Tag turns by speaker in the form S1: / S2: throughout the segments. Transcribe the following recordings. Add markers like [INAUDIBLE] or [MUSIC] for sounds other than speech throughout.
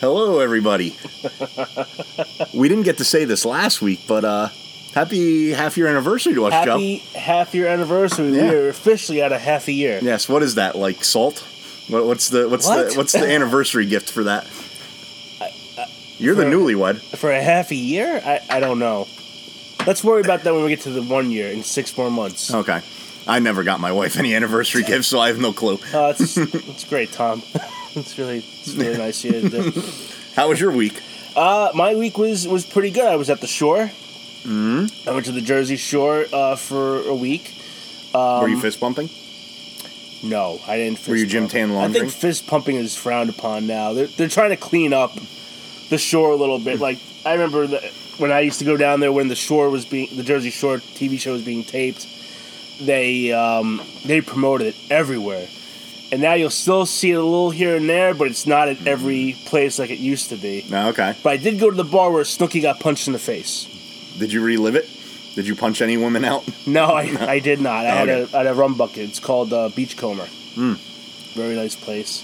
S1: Hello, everybody. we didn't get to say this last week, but uh, happy half year anniversary to us, Joe.
S2: Happy half year anniversary.
S1: Yeah.
S2: We are officially at a half a year.
S1: Yes. What is that like? Salt? What, what's the what's
S2: What?
S1: the what's
S2: [LAUGHS]
S1: the anniversary gift for that? You're the
S2: for-
S1: newlywed.
S2: For a half a year? I, I don't know. Let's worry about that when we get to the one year in six more months.
S1: Okay. I never got my wife any
S2: [LAUGHS]
S1: anniversary gifts, so I have no clue.
S2: Uh, it's, it's great, Tom. [LAUGHS] it's really it's really nice of you to do.
S1: How was your week?
S2: Uh, my week was was pretty good. I was at the shore. Mm-hmm. I went to the Jersey Shore uh, for a week.
S1: Were
S2: Um,
S1: you fist bumping?
S2: No, I didn't. Fist
S1: Were you Jim
S2: pump.
S1: Tan
S2: I
S1: laundering?
S2: think fist pumping is frowned upon now. They're, they're trying to clean up the shore a little bit. Like I remember the, when I used to go down there when the shore was being the Jersey Shore TV show was being taped. They um, they promoted it everywhere, and now you'll still see it a little here and there, but it's not at every place like it used to be.
S1: No. Okay.
S2: But I did go to the bar where Snooki got punched in the face.
S1: Did you relive it? Did you punch any women out?
S2: No, I, I did not. I had,
S1: Oh, Okay. Hmm.
S2: a, I had a rum bucket. It's called uh, Beachcomber. Very nice place.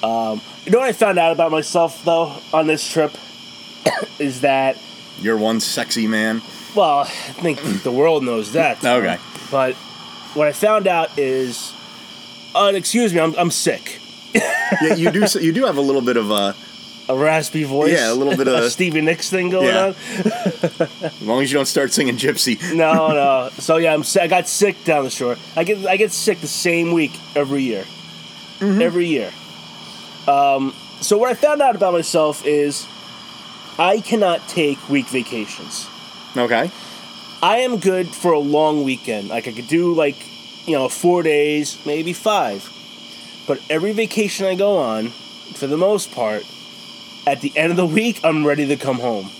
S2: Um, you know what I found out about myself, though, on this trip? [COUGHS] is that,
S1: You're one sexy man.
S2: well, I
S1: [COUGHS]
S2: think the world knows that.
S1: Okay.
S2: But what I found out is, uh, excuse me, I'm, I'm sick.
S1: Yeah, you
S2: [LAUGHS]
S1: do. You do have a little bit of uh, a.
S2: A raspy voice.
S1: Yeah, a little
S2: [LAUGHS]
S1: bit of-
S2: Stevie Nicks thing going
S1: Yeah.
S2: on.
S1: As long as you don't start singing Gypsy.
S2: No, no. So yeah, I'm si- I got sick down the shore. I get I get sick the same week every year, every year. Um, so what I found out about myself is, I cannot take week vacations.
S1: Okay.
S2: I am good for a long weekend. Like I could do like, you know, four days, maybe five. But every vacation I go on, for the most part, at the end of the week, I'm ready to come home.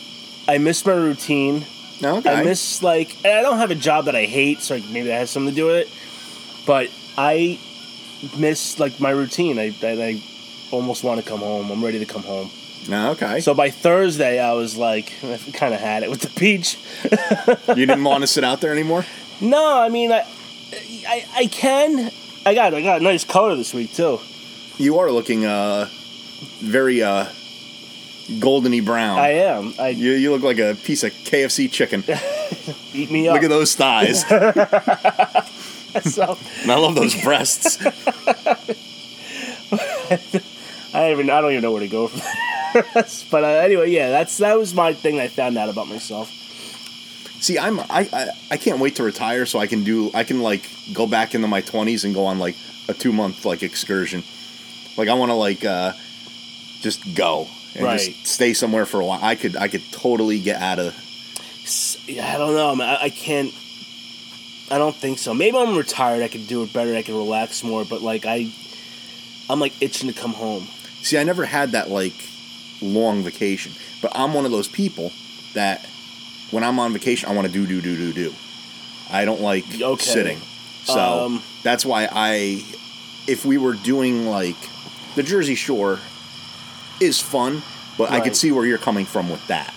S2: I miss my routine.
S1: Okay.
S2: I miss like and I don't have a job that I hate, so like, maybe that has something to do with it. But I miss like my routine. I I, I almost want to come home. I'm ready to come home.
S1: No, Ah, okay.
S2: So by Thursday, I was like, I kind of had it with the beach.
S1: you didn't want to sit out there anymore.
S2: No, I mean I I, I can. I got I got a nice color this week too.
S1: You are looking uh, very uh, goldeny brown.
S2: I am. I
S1: you, you look like a piece of KFC chicken.
S2: eat me up.
S1: Look at those thighs.
S2: [LAUGHS] So,
S1: and I love those breasts.
S2: I even I don't even know where to go from this. [LAUGHS] But uh, anyway, yeah, that's that was my thing. I found out about myself.
S1: See, I'm I, I I can't wait to retire so I can do I can like go back into my twenties and go on like a two month like excursion. Like I want to like uh, just go and
S2: Right.
S1: just stay somewhere for a while. I could I could totally get out of
S2: S- I don't know, man. I, I can't. I don't think so. Maybe I'm retired. I could do it better. I could relax more. But like I, I'm like itching to come home.
S1: See, I never had that like long vacation, but I'm one of those people that when I'm on vacation, I want to do do do do do. I don't like
S2: Okay.
S1: sitting, so
S2: Um,
S1: that's why I. If we were doing like the Jersey Shore, is fun, but I
S2: Right.
S1: could see where you're coming from with that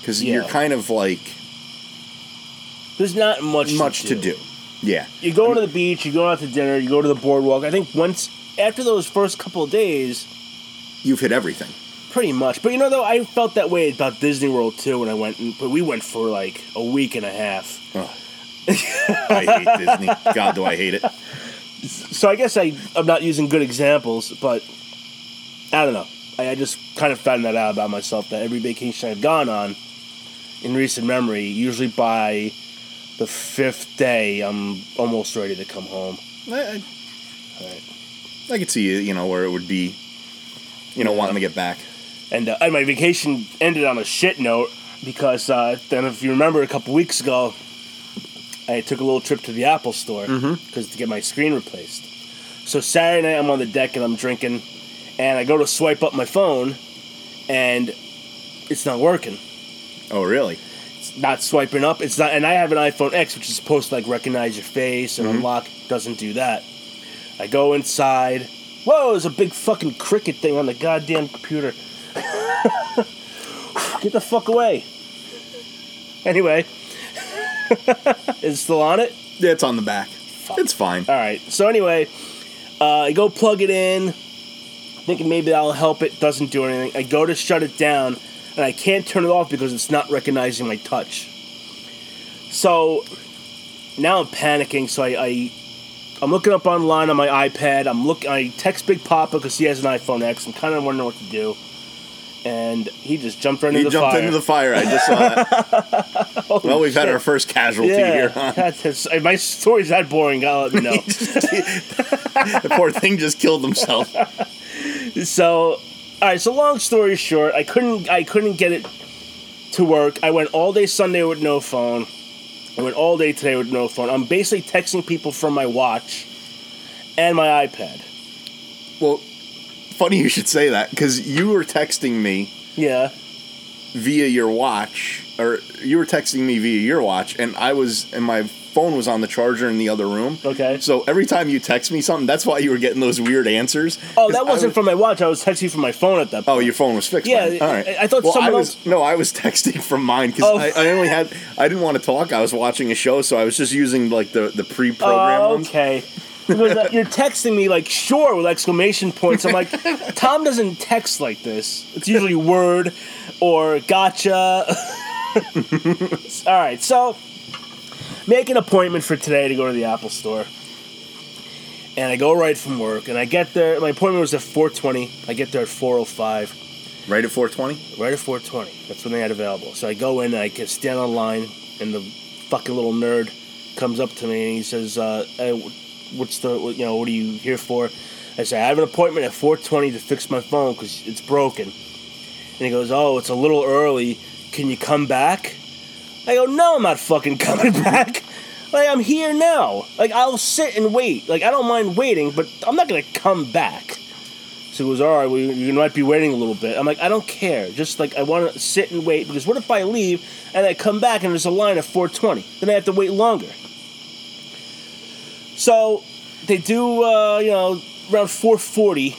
S1: because you're
S2: Yeah.
S1: kind of like
S2: There's not much
S1: much to do. Yeah,
S2: You go to the beach. You go out to dinner. You go to the boardwalk. I think once after those first couple of days,
S1: you've hit everything.
S2: pretty much. But you know, though, I felt that way about Disney World too when I went. and- But we went for like a week and a half.
S1: Ugh. I hate
S2: [LAUGHS]
S1: Disney. God, do I hate it.
S2: So I guess I I'm not using good examples, but I don't know. I, I just kind of found that out about myself that every vacation I've gone on in recent memory, usually by the fifth day, I'm almost ready to come home.
S1: I,
S2: Right.
S1: I, I could see you know where it would be, you know, wanting to get back.
S2: And uh, and my vacation ended on a shit note because uh, then if you remember a couple weeks ago, I took a little trip to the Apple Store because to get my screen replaced. So Saturday night I'm on the deck and I'm drinking, and I go to swipe up my phone, and it's not working.
S1: Oh, really?
S2: It's not swiping up. It's not, and I have an iPhone X which is supposed to like recognize your face and unlock. Doesn't do that. I go inside. Whoa, there's a big fucking cricket thing on the goddamn computer. [LAUGHS] Get the fuck away. Anyway, [LAUGHS] is it still on it?
S1: Yeah, it's on the back. It's fine.
S2: All right. So anyway, uh, I go plug it in. thinking maybe that'll help it. Doesn't do anything. I go to shut it down, and I can't turn it off because it's not recognizing my touch. So now I'm panicking. So I, I I'm looking up online on my iPad. I'm look. I text Big Papa because he has an iPhone X. I'm kind of wondering what to do. And he just jumped right
S1: He
S2: into the
S1: jumped
S2: fire.
S1: into the fire. I just saw it.
S2: [LAUGHS] Holy
S1: well, we've had
S2: shit.
S1: our first casualty
S2: yeah. Oh.
S1: here. Huh?
S2: God, [LAUGHS] that's- if my story's that boring, I'll let me know.
S1: [LAUGHS] the poor thing just killed
S2: [LAUGHS]
S1: himself.
S2: so all right so long story short i couldn't i couldn't get it to work i went all day sunday with no phone i went all day today with no phone i'm basically texting people from my watch and my ipad
S1: Well, funny you should say that because you were texting me
S2: yeah
S1: via your watch, or you were texting me via your watch, and I was, and my phone was on the charger in the other room.
S2: okay
S1: So every time you text me something, that's why you were getting those weird answers.
S2: oh
S1: 'Cause I
S2: that wasn't
S1: was-
S2: from my watch i was texting from my phone at that point
S1: Oh, your phone was fixed.
S2: Yeah,
S1: by then. all right.
S2: I- I thought
S1: well,
S2: someone
S1: I was,
S2: else-
S1: No, I was [LAUGHS] texting from mine because
S2: Oh.
S1: I, I only had. I didn't want to talk. I was watching a show, so I was just using like the the pre-programmed
S2: Oh,
S1: ones.
S2: okay. Because uh, you're texting me like sure with exclamation points. I'm like, Tom doesn't text like this. It's usually word or gotcha. [LAUGHS] All right, so make an appointment for today to go to the Apple Store. And I go right from work, and I get there. My appointment was at 4:20. I get there at 4:05
S1: Right at four twenty.
S2: right at 420. That's when they had available. So I go in and I can stand on line, and the fucking little nerd comes up to me and he says, uh, hey, wh- "What's the what, you know what are you here for?" I say, "I have an appointment at 420 to fix my phone because it's broken." And he goes, "Oh, it's a little early. Can you come back?" I go, "No, I'm not fucking [LAUGHS] coming back." Like I'm here now. Like I'll sit and wait. Like I don't mind waiting, but I'm not gonna come back. So he goes, all right, well, you, you might be waiting a little bit. I'm like, I don't care. Just like, I want to sit and wait because what if I leave and I come back and there's a line at 420? Then I have to wait longer. So they do, uh, you know, around 440.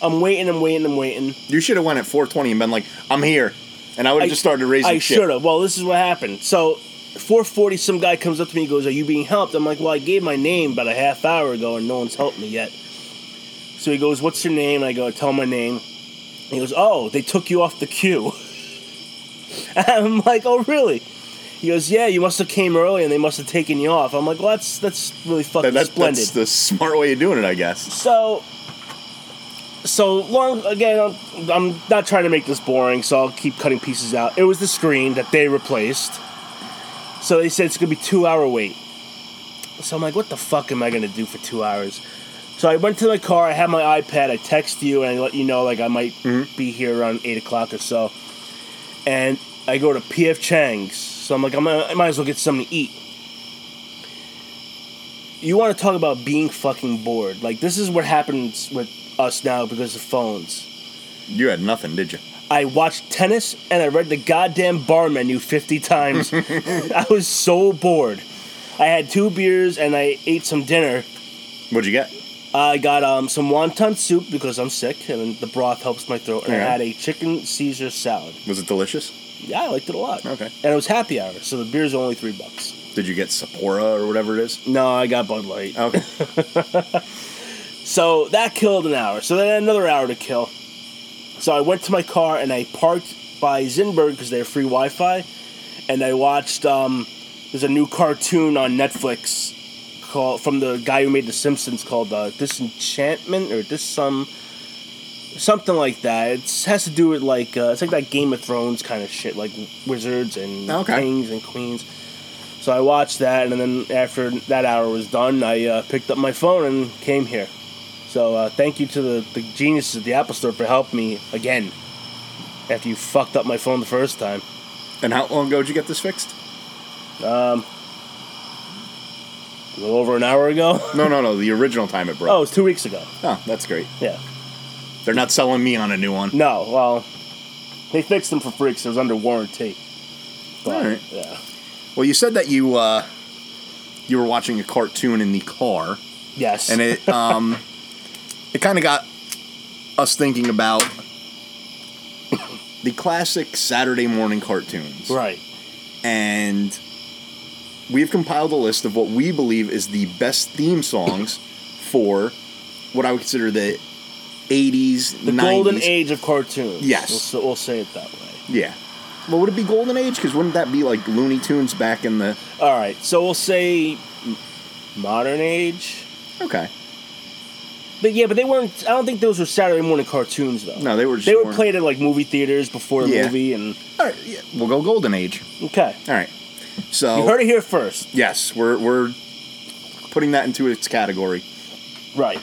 S2: I'm waiting, I'm waiting, I'm waiting.
S1: You should have went at four twenty and been like, "I'm here," and I would have just started raising
S2: I
S1: shit.
S2: should have. Well, this is what happened. So, 440, some guy comes up to me and goes, Are you being helped? I'm like, Well, I gave my name about a half hour ago and no one's helped me yet. So he goes, What's your name? And I go, Tell him my name. And he goes, Oh, they took you off the queue. [LAUGHS] and I'm like, Oh, really? He goes, Yeah, you must have came early and they must have taken you off. I'm like, Well, that's, that's really fucking
S1: That, that-
S2: splendid.
S1: that's the smart way of doing it, I guess.
S2: So, so long again. I'm, I'm not trying to make this boring, so I'll keep cutting pieces out. It was the screen that they replaced. So they said it's gonna be two hour wait. So I'm like, what the fuck am I gonna do for two hours? So I went to my car. I had my iPad. I text you and I let you know like I might be here around eight o'clock or so. And I go to PF Chang's. So I'm like, I'm gonna, I might as well get something to eat you want to talk about being fucking bored. Like this is what happens with us now because of phones.
S1: You had nothing, did you?
S2: I watched tennis and I read the goddamn bar menu 50 [LAUGHS] times. I was so bored. I had two beers and I ate some dinner.
S1: What'd you get?
S2: I got um, some wonton soup because I'm sick and the broth helps my throat. And I
S1: Yeah.
S2: had a chicken Caesar salad.
S1: Was it delicious?
S2: Yeah, I liked it a lot.
S1: Okay.
S2: And it was happy hour, so the beers were only three bucks.
S1: Did you get Sapporo or whatever it is?
S2: No, I got Bud Light.
S1: Okay.
S2: So that killed an hour. So then I had another hour to kill. So I went to my car and I parked by Zinberg because they have free Wi-Fi, and I watched. Um, there's a new cartoon on Netflix called from the guy who made The Simpsons called uh, Disenchantment or this some something like that. It has to do with like uh, it's like that Game of Thrones kind of shit, like wizards and
S1: Okay.
S2: kings and queens. So I watched that, and then after that hour was done, I uh, picked up my phone and came here. So uh, thank you to the, the geniuses at the Apple Store for helping me again. After you fucked up my phone the first time,
S1: and how long ago did you get this fixed?
S2: a little over an hour ago. [LAUGHS]
S1: No, no, no. The original time it broke.
S2: Oh, it was two weeks ago.
S1: Oh, that's great.
S2: Yeah.
S1: They're not selling me on a new one.
S2: No, well, they fixed them for freaks. it was under warranty. But,
S1: Alright.
S2: Yeah.
S1: Well, you said that you uh, you were watching a cartoon in the car,
S2: Yes.
S1: and it um, it kind of got us thinking about the classic Saturday morning cartoons,
S2: right.
S1: and we've compiled a list of what we
S2: [LAUGHS]
S1: believe is the best theme songs for what I would consider the eighties,
S2: The golden
S1: nineties.
S2: age of cartoons.
S1: Yes.
S2: We'll, so we'll say it that way.
S1: Yeah. Well, would it be golden age? Because wouldn't that be like Looney Tunes back in the?
S2: All right, so we'll say m- modern age.
S1: Okay.
S2: But yeah, but they weren't. I don't think those were Saturday morning cartoons though.
S1: No, they were just
S2: they were
S1: more-
S2: played at like movie theaters before the
S1: Yeah.
S2: movie, and
S1: All right. Yeah, we'll go golden age.
S2: okay,
S1: All right. So
S2: you heard it here first,
S1: yes, we're we're putting that into its category.
S2: right?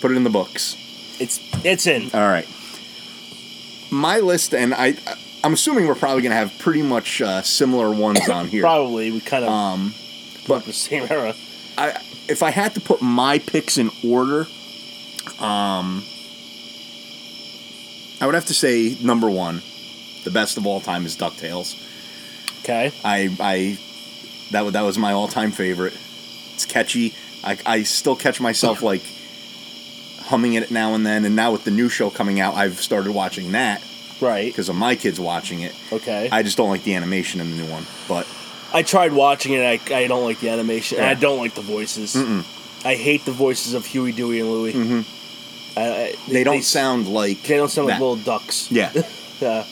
S1: Put it in the books.
S2: It's it's in.
S1: All right. My list, and I, I'm assuming we're probably going to have pretty much uh, similar ones on here.
S2: [COUGHS] Probably we kind of
S1: Um,
S2: grew up in the same era.
S1: I, if I had to put my picks in order, um, I would have to say number one, the best of all time is Ducktales.
S2: Okay,
S1: I, I, that wa- that was my all time favorite. It's catchy. I, I still catch myself like humming it now and then. And now with the new show coming out, I've started watching that
S2: right?
S1: because of my kids watching it.
S2: Okay, I,
S1: I just don't like the animation in the new one. But
S2: tried watching it. I, I don't like the animation. And I
S1: Yeah.
S2: don't like the voices. I hate the voices of Huey, Dewey, and Louie.
S1: Mm-hmm.
S2: I, I,
S1: they don't
S2: s-
S1: sound like
S2: They don't sound like
S1: that.
S2: little ducks.
S1: Yeah.
S2: Uh,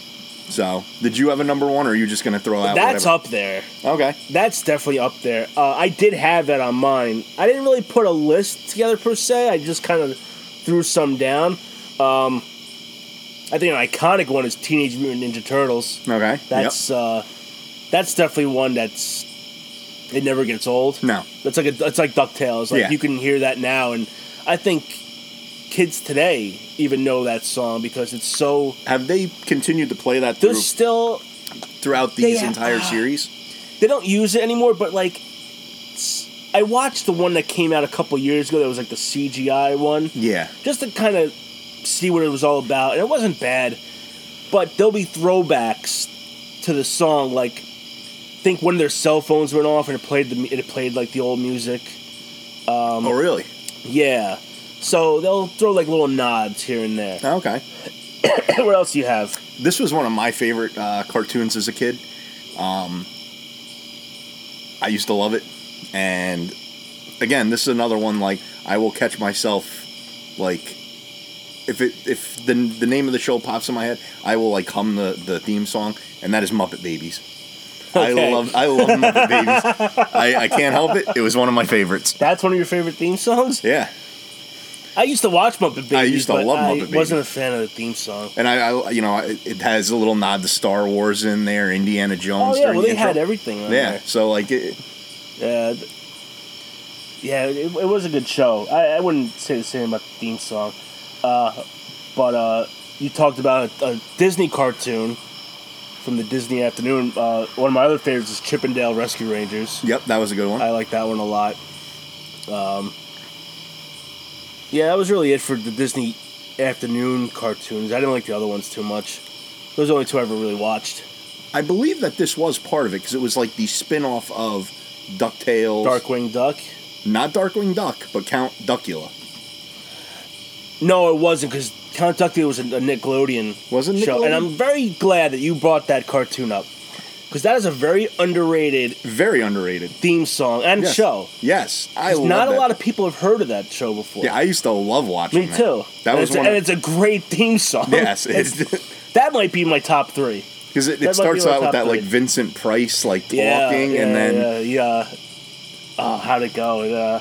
S1: So, did you have a number one, or are you just gonna throw out?
S2: that's
S1: whatever?
S2: up there.
S1: Okay.
S2: That's definitely up there. Uh, I did have that on mine. I didn't really put a list together per se. I just kind of threw some down. Um, I think an iconic one is Teenage Mutant Ninja Turtles.
S1: Okay.
S2: That's uh, that's definitely one that's it never gets old.
S1: Yep. no.
S2: That's like a, it's like Ducktales. Like
S1: Yeah.
S2: you can hear that now, and I think kids today even know that song because it's so.
S1: Have they continued to play that through,
S2: There's still
S1: throughout these
S2: They-
S1: entire
S2: ah. [SIGHS]
S1: series?
S2: they don't use it anymore, but like s- I watched the one that came out a couple years ago that was like the CGI one
S1: Yeah.
S2: just to kind of see what it was all about and it wasn't bad but there'll be throwbacks to the song like think when their cell phones went off and it played the mu- it played like the old music
S1: oh, really?
S2: yeah so they'll throw like little nods here
S1: [LAUGHS]
S2: and there
S1: Okay.
S2: what else do you have
S1: This was one of my favorite uh, cartoons as a kid. Um, I used to love it, and again, this is another one like I will catch myself like if it if the the name of the show pops in my head, I will like hum the the theme song, and that is Muppet Babies. I
S2: Okay.
S1: love I love Muppet Babies. I, I can't help it. It was one of my favorites.
S2: that's one of your favorite theme songs
S1: Yeah,
S2: i used to watch muppet babies
S1: I used to
S2: but
S1: love
S2: I
S1: Muppet Babies.
S2: wasn't a fan of the theme song
S1: and I, I you know it, it has a little nod to Star Wars in there, Indiana
S2: oh
S1: Jones.
S2: yeah
S1: during
S2: well
S1: the
S2: they
S1: intro.
S2: had everything on
S1: Yeah,
S2: there.
S1: so like it,
S2: Yeah, th- yeah, it, it was a good show. I, I wouldn't say the same about the theme song, uh, but uh, you talked about a, a Disney cartoon from the Disney afternoon. Uh, one of my other favorites is Chippendale Rescue Rangers.
S1: Yep, that was a good one.
S2: I like that one a lot. Um, yeah, that was really it for the Disney afternoon cartoons. I didn't like the other ones too much. Those are the only two I ever really watched.
S1: I believe that this was part of it because it was like the spin off of DuckTales.
S2: Darkwing Duck.
S1: Not Darkwing Duck, but Count Duckula.
S2: No, it wasn't because Count Duckula was a, a Nickelodeon
S1: Was it
S2: show, and
S1: Nickelodeon?
S2: I'm very glad that you brought that cartoon up because that is a very underrated
S1: Very underrated.
S2: theme song and
S1: Yes.
S2: show.
S1: Yes, I love
S2: Not a
S1: that.
S2: lot of people have heard of that show before.
S1: Yeah, I used to love watching
S2: me
S1: that.
S2: too.
S1: That
S2: and
S1: was
S2: it's,
S1: one.
S2: and
S1: of-
S2: it's a great theme song.
S1: Yes,
S2: [LAUGHS] It's-
S1: it's-
S2: that might be my top three.
S1: Because it,
S2: that might
S1: it starts
S2: be my
S1: out with
S2: top
S1: that like
S2: three.
S1: Vincent Price like talking,
S2: yeah, yeah,
S1: and then
S2: yeah, yeah. Oh, how'd it go? It, uh,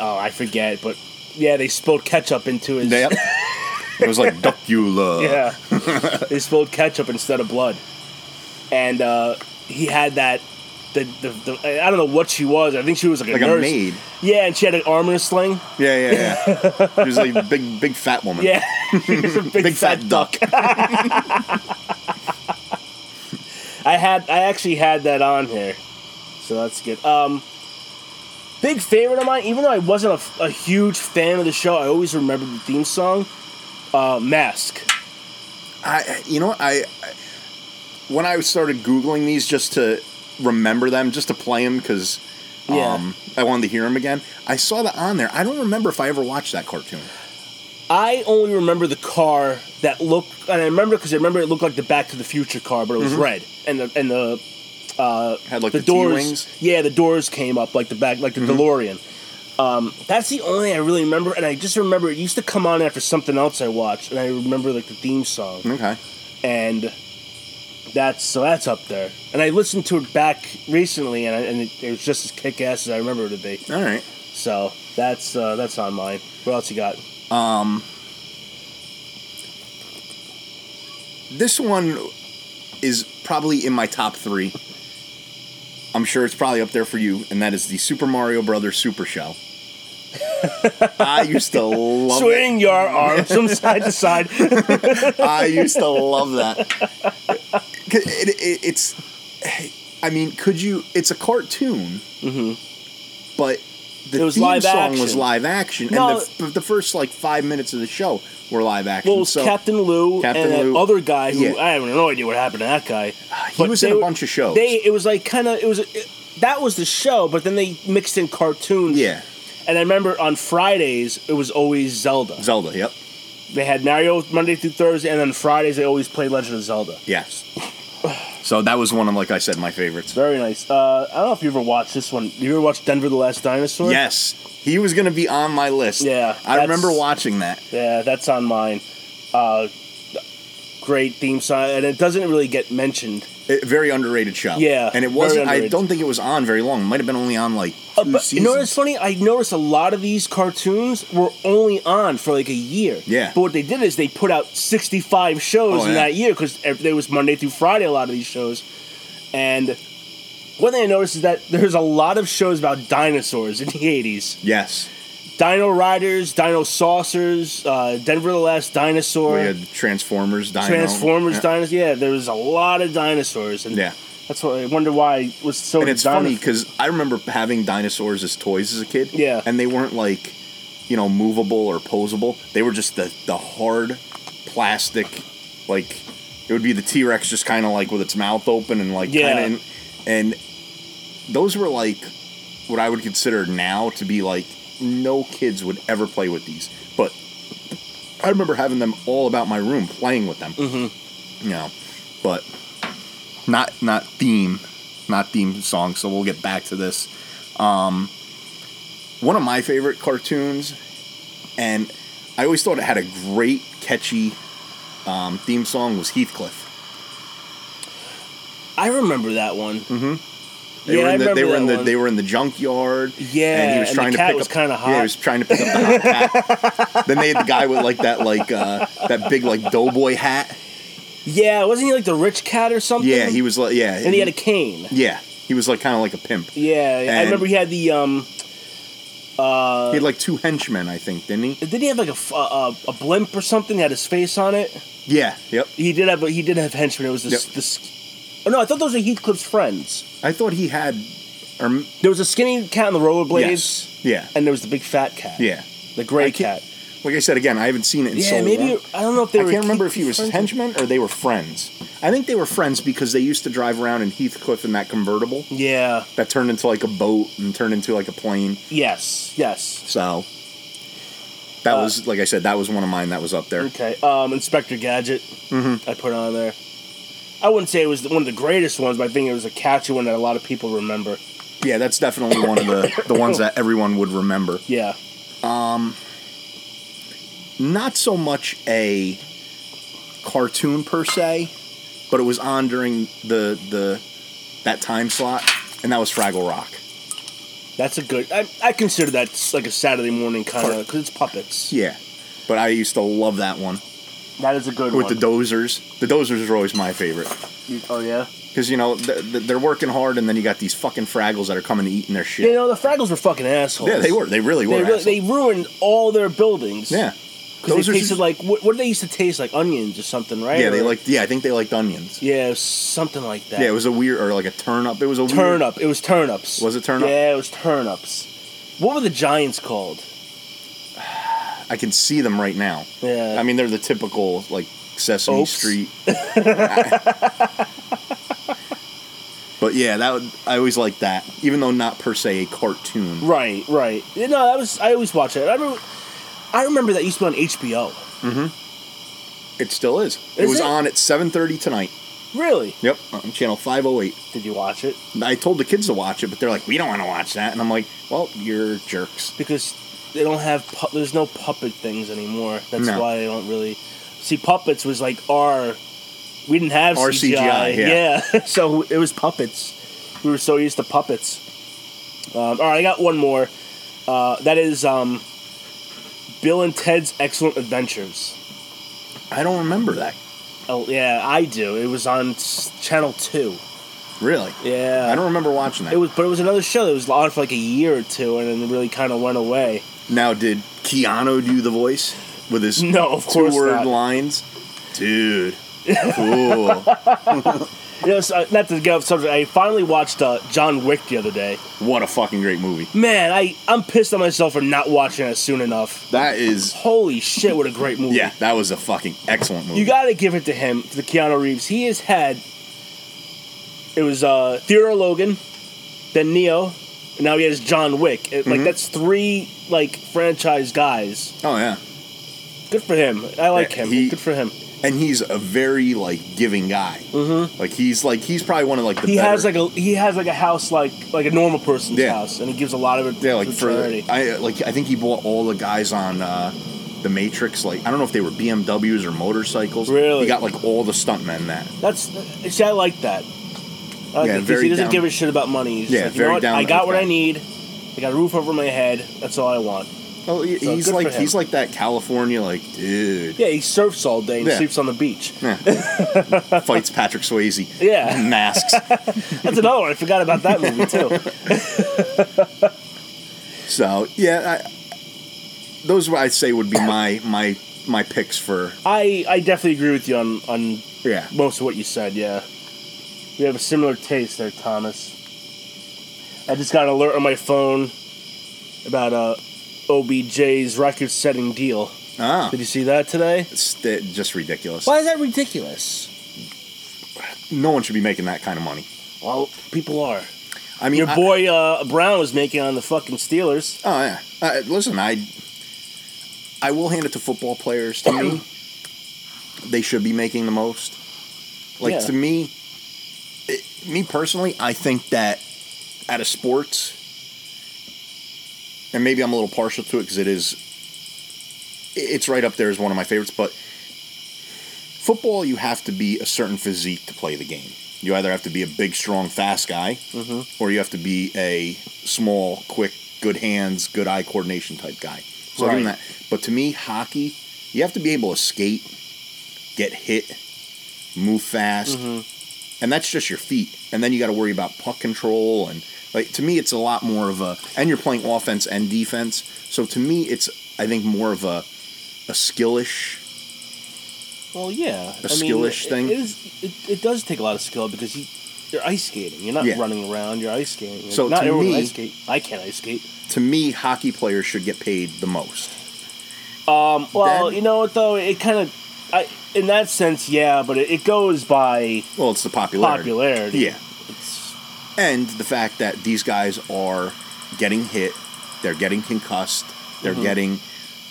S2: oh, I forget, but yeah, they spilled ketchup into his.
S1: Yep. it was like Duckula.
S2: [LAUGHS] Yeah. they spilled ketchup instead of blood. And uh, he had that. The, the, the, I don't know what she was. I think she was like a
S1: Like
S2: nurse.
S1: a maid.
S2: Yeah, and she had an arm and a sling.
S1: Yeah, yeah, yeah.
S2: [LAUGHS]
S1: she was like a big, big fat woman.
S2: Yeah, [LAUGHS] she was a big,
S1: Big
S2: fat,
S1: fat,
S2: duck.
S1: duck.
S2: I had, I actually had that on here, so that's good. Um, big favorite of mine. Even though I wasn't a f- a, huge fan of the show, I always remembered the theme song, uh, "Mask."
S1: I, you know, what, I, I when I started googling these just to remember them, just to play them because
S2: Yeah.
S1: um, I wanted to hear them again. I saw that on there. I don't remember if I ever watched that cartoon.
S2: I only remember the car that looked, and I remember because I remember it looked like the Back to the Future car, but it was red, and the and the
S1: Had Mm-hmm. like
S2: the,
S1: the, Mm-hmm. T
S2: doors.
S1: wings.
S2: Yeah, the doors came up like the back, like the DeLorean. Um, that's the only thing I really remember, and I just remember it used to come on after something else I watched, and I remember like the theme song,
S1: Okay.
S2: and that's so that's up there. And I listened to it back recently, and, I, and it, it was just as kick ass as I remember it to be.
S1: All right.
S2: So that's uh, that's on mine. What else you got?
S1: Um, this one is probably in my top three. I'm sure it's probably up there for you, and that is the Super Mario Brothers Super
S2: [LAUGHS]
S1: Shell. I used to love.
S2: Swing your arms
S1: [LAUGHS]
S2: from side to side.
S1: I used to love that. 'Cause It, it, it's, I mean, could you? It's a cartoon, but the
S2: Mm-hmm. It was
S1: theme
S2: live
S1: song was
S2: action.
S1: live action,
S2: No.
S1: and the, f- the first like five minutes of the show were live action.
S2: Well, it was
S1: so
S2: Captain Lou
S1: Captain
S2: and that
S1: Lou.
S2: other guy who
S1: Yeah. Uh,
S2: I have no idea what happened to that guy.
S1: he
S2: But
S1: was
S2: they
S1: in a
S2: were-
S1: bunch of shows.
S2: They it was like kind of it was it, that was the show, but then they mixed in cartoons.
S1: yeah,
S2: And I remember on Fridays it was always Zelda.
S1: Zelda. Yep.
S2: They had Mario Monday through Thursday, and on Fridays they always played Legend of Zelda. [SIGHS]
S1: Yes. So that was one of, like I said, my favorites.
S2: Very nice. Uh, I don't know if you ever watched this one. You ever watched Denver the Last Dinosaur?
S1: Yes, he was going to be on my list.
S2: Yeah,
S1: I remember
S2: that's-
S1: watching that.
S2: Yeah, that's on mine. Uh, great theme song, and it doesn't really get mentioned.
S1: It, very underrated show.
S2: Yeah,
S1: and it
S2: very
S1: wasn't. I
S2: underrated.
S1: don't think it was on very long. It might have been only on like two
S2: Uh, but you
S1: seasons.
S2: know what's funny? I noticed a lot of these cartoons were only on for like a year.
S1: Yeah.
S2: But what they did is they put out 65 shows
S1: Oh,
S2: in
S1: yeah.
S2: that year because there was Monday through Friday, a lot of these shows. And one thing I noticed is that there's a lot of shows about dinosaurs in the 80s
S1: Yes.
S2: Dino Riders, Dino Saucers, uh, Denver the Last Dinosaur,
S1: We had Transformers, Dino.
S2: Transformers
S1: yeah.
S2: Dinosaur. Yeah, there was a lot of dinosaurs. And
S1: Yeah.
S2: that's why I wonder why it was so
S1: And it's
S2: dino-
S1: funny because I remember having dinosaurs as toys as a kid.
S2: Yeah.
S1: And they weren't like, you know, movable or posable. They were just the, the hard plastic, like, it would be the T Rex just kind of like with its mouth open and like
S2: Yeah.
S1: kind of. And those were like what I would consider now to be like no kids would ever play with these. But I remember having them all about my room playing with them. You know, but not not theme, not theme song. So we'll get back to this. Um, one of my favorite cartoons, and I always thought it had a great catchy um, theme song was Heathcliff.
S2: I remember that one.
S1: They
S2: Yeah,
S1: were
S2: I
S1: in the,
S2: remember
S1: Mm-hmm. they were
S2: that
S1: in the
S2: one.
S1: they were in the junkyard.
S2: Yeah,
S1: and he was
S2: and
S1: trying
S2: the
S1: to
S2: cat
S1: pick
S2: was
S1: up.
S2: kinda
S1: Yeah,
S2: hot.
S1: he was trying to pick up the hot cat.
S2: [LAUGHS]
S1: then they had the guy with like that like uh, that big like doughboy hat.
S2: Yeah, wasn't he like the rich cat or something?
S1: Yeah, he was like yeah,
S2: and he had a cane.
S1: yeah. He was like kind of like a pimp. He
S2: Yeah, yeah. I
S1: And-
S2: remember he had the um. Uh,
S1: had like two henchmen, I think, didn't he?
S2: did he have like a, f- uh, a blimp or something? He had his face on it.
S1: Yeah. Yep.
S2: He did have a, he did have henchmen. It was this
S1: Yep.
S2: this. Oh no, I thought those were Heathcliff's friends.
S1: I thought he had, or m-
S2: There was a skinny cat on the rollerblades,
S1: Yes. yeah,
S2: and there was the big fat cat.
S1: yeah.
S2: the gray
S1: I can't-
S2: cat.
S1: Like I said again, I haven't seen it in
S2: Yeah,
S1: so
S2: maybe
S1: long.
S2: I don't know if
S1: I
S2: they were.
S1: can't remember if he was
S2: Heathcliff's
S1: his
S2: friends.
S1: henchman or they were friends. I think they were friends because they used to drive around in Heathcliff in that convertible
S2: Yeah.
S1: that turned into like a boat and turned into like a plane.
S2: Yes. Yes.
S1: So that
S2: Uh,
S1: was, like I said, that was one of mine that was up there.
S2: Okay. Um, Inspector Gadget.
S1: Mm-hmm.
S2: I put on there. I wouldn't say it was one of the greatest ones, but I think it was a catchy one that a lot of people remember.
S1: Yeah, that's definitely one of the the ones that everyone would remember.
S2: Yeah.
S1: not so much a cartoon per se, but it was on during the the that time slot, and that was Fraggle Rock.
S2: That's a good. I, I consider that s- like a Saturday morning kind of because it's puppets.
S1: Yeah, but I used to love that one
S2: That is a good
S1: with the
S2: one.
S1: Dozers. The Dozers were always my favorite
S2: oh yeah.
S1: because you know th- th- they're working hard, and then you got these fucking Fraggles that are coming and eating their
S2: You
S1: shit.
S2: know the Fraggles were fucking assholes.
S1: Yeah, they were. They really
S2: They,
S1: were.
S2: really, they
S1: assholes.
S2: ruined all their buildings.
S1: yeah,
S2: Because
S1: Dozers
S2: they tasted
S1: used-
S2: like what, what did they used to taste like onions or something, right?
S1: yeah, they
S2: Or-
S1: liked. Yeah, I think they liked onions.
S2: yeah something like that.
S1: Yeah, it was a weird or like a turnip. It was a
S2: turn
S1: weird,
S2: up. It was turnips.
S1: Was it turnip?
S2: Yeah, it was turnips. What were the giants called?
S1: I can see them right now.
S2: Yeah.
S1: I mean, they're the typical like Sesame
S2: Oops. [LAUGHS]
S1: Street. but yeah, that would, I always liked that, even though not per se a cartoon.
S2: Right, right. You know, that was I always watch it. I remember, I remember that used to be on HBO.
S1: It still is. it
S2: Is
S1: was
S2: it?
S1: on at seven thirty tonight.
S2: Really?
S1: Yep, on channel 508.
S2: Did you watch it?
S1: I told the kids to watch it, but they're like, we don't want to watch that. And I'm like, well, you're jerks.
S2: Because they don't have pu- there's no puppet things anymore. That's
S1: No.
S2: why they don't really see puppets was like our we didn't have
S1: Our CGI,
S2: CGI.
S1: yeah.
S2: [LAUGHS] so it was puppets. We were so used to puppets. Um, all right, I got one more. Uh, that is um, Bill and Ted's Excellent Adventures.
S1: I don't remember that.
S2: Oh yeah, I do. It was on s- Channel Two.
S1: Really?
S2: Yeah,
S1: I don't remember watching that.
S2: It was, but it was another show that was on for like a year or two, and then really kind of went away. [LAUGHS]
S1: now, did Keanu do the voice with his
S2: No, of
S1: two
S2: course
S1: word
S2: not.
S1: lines? Dude.
S2: [LAUGHS]
S1: Cool.
S2: You know, so, uh, not to get off subject. I finally watched uh, John Wick the other day.
S1: what a fucking great movie.
S2: Man, I I'm pissed at myself for not watching it soon enough.
S1: That is,
S2: Holy shit, what a great movie!
S1: yeah, that was a fucking excellent movie.
S2: you got to give it to him, to the Keanu Reeves. He has had. It was uh, Theodore Logan, then Neo, and now he has John Wick. It-
S1: Mm-hmm.
S2: Like that's three like franchise guys.
S1: oh, yeah.
S2: Good for him. I like
S1: Yeah,
S2: him.
S1: he-
S2: Good for him.
S1: And he's a very, like, giving guy. Mm-hmm. Like, he's, like, he's probably one of, like, the
S2: He
S1: better-
S2: has like a he has like a house like like a normal person's
S1: Yeah.
S2: house, and he gives a lot of it
S1: Yeah, like
S2: to
S1: for
S2: charity.
S1: I like I think he bought all the guys on uh, the Matrix. Like I don't know if they were BMWs or motorcycles.
S2: Really?
S1: he got like all the stuntmen that.
S2: That's see, I like that. I like
S1: Yeah,
S2: that 'cause
S1: very
S2: he doesn't
S1: down-
S2: give a shit about money. He's just
S1: Yeah,
S2: like, you
S1: very
S2: know what?
S1: down
S2: I got
S1: earth
S2: what
S1: guy.
S2: I need. I got a roof over my head. That's all I want.
S1: Oh, he-
S2: So
S1: he's
S2: good
S1: like
S2: for him.
S1: he's like that California like [LAUGHS] dude
S2: Yeah, he surfs all day and
S1: Yeah.
S2: sleeps on the beach.
S1: fights Patrick Swayze. [LAUGHS]
S2: Yeah,
S1: Masks.
S2: that's another one. I forgot about that movie
S1: [LAUGHS]
S2: too.
S1: so yeah, I, those I say would be my my my picks for
S2: I I definitely agree with you on on
S1: yeah.
S2: most of what you said. Yeah, we have a similar taste there, Thomas. I just got an alert on my phone about uh, OBJ's record-setting deal.
S1: Ah,
S2: Did you see that today?
S1: it's th- just ridiculous.
S2: Why is that ridiculous?
S1: No one should be making that kind of money.
S2: Well, people are.
S1: I mean,
S2: Your
S1: I-
S2: boy uh, Brown was making on the fucking Steelers.
S1: Oh yeah. Uh, listen, I I will hand it to football players. To me, they should be making the most. Like
S2: Yeah.
S1: to me, it, me personally, I think that out of sports, and maybe I'm a little partial to it because it is, i- it's right up there as one of my favorites. But football, you have to be a certain physique to play the game. You either have to be a big, strong, fast guy, or you have to be a small, quick, good hands, good eye coordination type guy. So I'll give him
S2: Right.
S1: that. But to me, hockey, you have to be able to skate, get hit, move fast, and that's just your feet. And then you got to worry about puck control and like to me, it's a lot more of a and you're playing offense and defense. So to me, it's I think more of a a skillish.
S2: Well, yeah,
S1: A skill-ish
S2: it-
S1: thing?
S2: It, is, it, it does take a lot of skill because you, you're ice skating. You're not
S1: Yeah.
S2: running around. You're ice skating. Like,
S1: So
S2: not
S1: to
S2: everyone
S1: me-
S2: can ice skate. I can't ice skate.
S1: To me, hockey players should get paid the most.
S2: Um, well,
S1: Then-
S2: you know what though? It kind of, I in that sense, yeah, but it, it goes by
S1: Well, it's the popularity.
S2: popularity.
S1: Yeah.
S2: It's,
S1: and the fact that these guys are getting hit, they're getting concussed, they're getting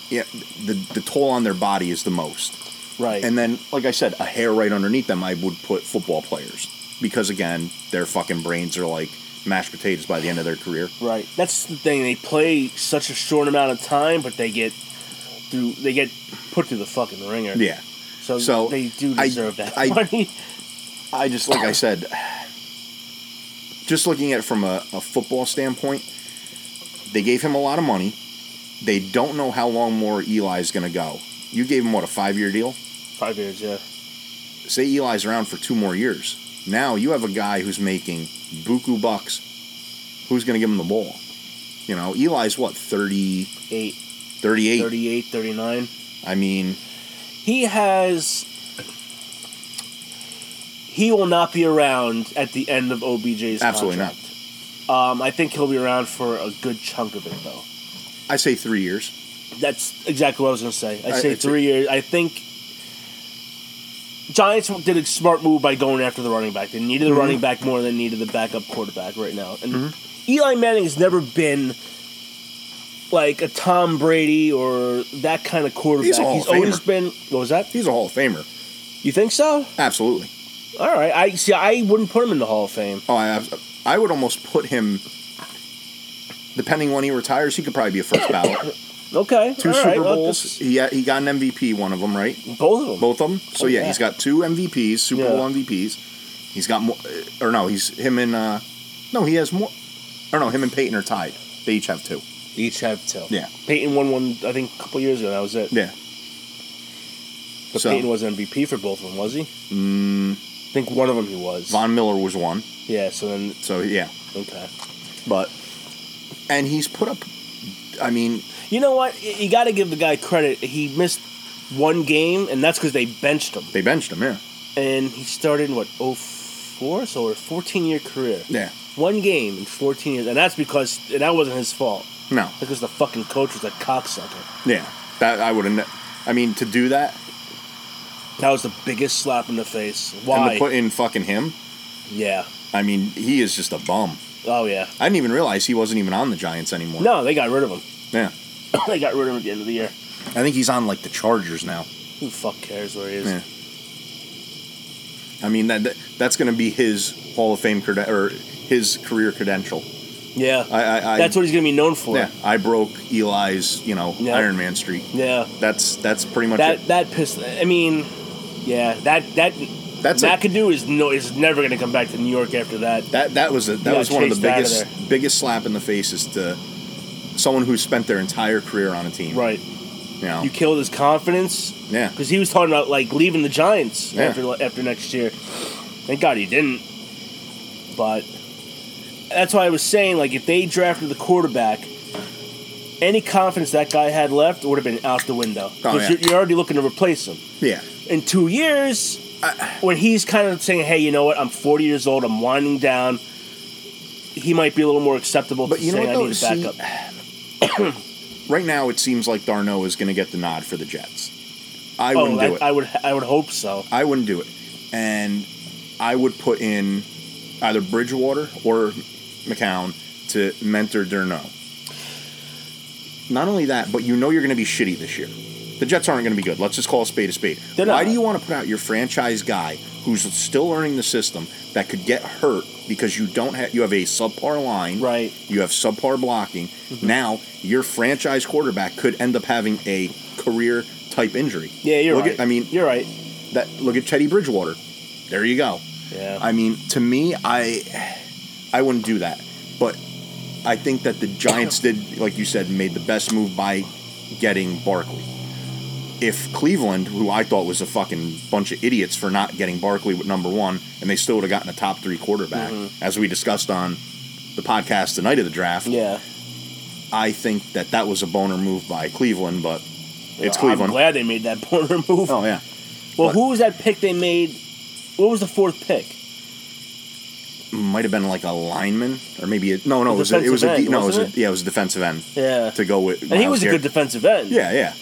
S1: yeah, the the toll on their body is the most.
S2: right.
S1: And then, like I said, a hair right underneath them, I would put football players because again, their fucking brains are like mashed potatoes by the end of their career.
S2: Right. That's the thing. They play such a short amount of time, but they get through. They get put through the fucking ringer.
S1: Yeah,
S2: So,
S1: So,
S2: they do
S1: I-
S2: deserve that
S1: I-
S2: [LAUGHS] money.
S1: I just like I said, just looking at it from a, a football standpoint, they gave him a lot of money. They don't know how long more Eli's going to go. You gave him what a five year deal.
S2: Five years, yeah.
S1: say Eli's around for two more years. Now you have a guy who's making buku bucks. Who's going to give him the ball? You know, Eli's what, 30,
S2: Eight,
S1: 38?
S2: 38, 39.
S1: I mean,
S2: He has. He will not be around at the end of OBJ's
S1: Absolutely not.
S2: not. Um, I think he'll be around for a good chunk of it, though.
S1: I say three years.
S2: That's exactly what I was going to say. I
S1: I-
S2: say
S1: it's-
S2: three years. I think Giants did a smart move by going after the running back. They needed the
S1: Mm-hmm.
S2: running back more than they needed the backup quarterback right now. And
S1: Mm-hmm.
S2: Eli Manning has never been like a Tom Brady or that kind of quarterback.
S1: Hall
S2: He's
S1: of Famer.
S2: always been. What was that?
S1: He's a Hall of Famer.
S2: You think so?
S1: Absolutely.
S2: All right. I see. I wouldn't put him in the Hall of Fame.
S1: Oh, I, I would almost put him. Depending when he retires, he could probably be a first
S2: [COUGHS]
S1: ballot.
S2: Okay.
S1: Two
S2: all right,
S1: Super
S2: well,
S1: Bowls. He he got an MVP, one of them, right?
S2: that's- both of them.
S1: Both of them. So
S2: Oh,
S1: yeah,
S2: yeah.
S1: he's got two MVPs, Super
S2: Yeah.
S1: Bowl MVPs. He's got more, or no, he's him and uh, no, he has more. Or no, him and Peyton are tied. They each have two.
S2: Each have two.
S1: Yeah.
S2: Peyton won one. I think a couple years ago. That was it.
S1: Yeah.
S2: But
S1: So-
S2: Peyton was MVP for both of them, was he?
S1: Mm,
S2: I think one of them he was.
S1: Von Miller was one.
S2: Yeah. So then,
S1: So yeah,
S2: okay.
S1: but and he's put up. I mean,
S2: You know what? Y- You got to give the guy credit. He missed one game, and that's because they benched him.
S1: they benched him. Yeah.
S2: And he started in what 04? so a fourteen year career.
S1: Yeah.
S2: One game in fourteen years, and that's because and that wasn't his fault.
S1: No.
S2: That's because the fucking coach was a cocksucker.
S1: Yeah. That I would have. I mean, to do that
S2: That was the biggest slap in the face.
S1: and
S2: Why?
S1: to put in fucking him.
S2: yeah.
S1: I mean, he is just a bum.
S2: Oh yeah.
S1: I didn't even realize he wasn't even on the Giants anymore.
S2: No, they got rid of him. [COUGHS]
S1: Yeah.
S2: they got rid of him at the end of the year.
S1: I think he's on like the Chargers now.
S2: Who the fuck cares where he is?
S1: Yeah. I mean that, that that's going to be his Hall of Fame creden- or his career credential.
S2: Yeah.
S1: I, I, I
S2: That's what he's gonna be known for.
S1: yeah. I broke Eli's you know
S2: Yeah.
S1: Iron Man streak.
S2: Yeah.
S1: That's that's pretty much
S2: That that pissed. I mean, yeah. That that
S1: it. That's a-
S2: McAdoo is no is never gonna come back to New York after that.
S1: that that was a, that
S2: Yeah,
S1: was one of the
S2: chased out of
S1: biggest biggest slap in the faces to someone who spent their entire career on a team.
S2: Right.
S1: You know?
S2: You killed his confidence
S1: yeah.
S2: because he was talking about like leaving the Giants
S1: Yeah.
S2: after after next year. Thank God he didn't. But that's why I was saying like if they drafted the quarterback. Any confidence that guy had left would have been out the window because
S1: Oh, yeah.
S2: you're, you're already looking to replace him.
S1: Yeah.
S2: in two years, when he's kind of saying, "Hey, you know what? I'm 40 years old. I'm winding down." He might be a little more acceptable
S1: But
S2: to
S1: you know
S2: saying, "I
S1: what,
S2: need a
S1: though? See,
S2: backup."
S1: [CLEARS THROAT] Right now, it seems like Darno is going to get the nod for the Jets. I
S2: oh,
S1: wouldn't do
S2: I,
S1: it.
S2: I would, I would hope so.
S1: I wouldn't do it. And I would put in either Bridgewater or McCown to mentor Durno. Not only that, but you know you're going to be shitty this year. The Jets aren't going to be good. Let's just call a spade a spade.
S2: They're
S1: Why
S2: not.
S1: do you want to put out your franchise guy who's still learning the system that could get hurt because you don't have you have a subpar line,
S2: Right?
S1: you have subpar blocking.
S2: Mm-hmm.
S1: Now your franchise quarterback could end up having a career type injury.
S2: Yeah, you're
S1: Look
S2: right.
S1: at- I mean,
S2: you're right.
S1: that look at Teddy Bridgewater. There you go.
S2: Yeah.
S1: I mean, to me, I I wouldn't do that. But I think that the Giants did, like you said, made the best move by getting Barkley. If Cleveland, who I thought was a fucking bunch of idiots for not getting Barkley with number one, and they still would have gotten a top three quarterback, as we discussed on the podcast the night of the draft,
S2: Mm-hmm. yeah.
S1: I think that that was a boner move by Cleveland. But it's
S2: I'm
S1: Cleveland.
S2: glad they made that [LAUGHS] corner move.
S1: Oh yeah,
S2: well,
S1: but-
S2: who was that pick they made? What was the fourth pick?
S1: might have been like a lineman or maybe a, no, no,
S2: A
S1: it was a, it was a
S2: defensive
S1: de- no, it
S2: end,
S1: was a,
S2: wasn't
S1: yeah, it was a defensive end.
S2: Yeah.
S1: to go with.
S2: And he
S1: Myles
S2: was a
S1: Garrett.
S2: good defensive end.
S1: Yeah, yeah,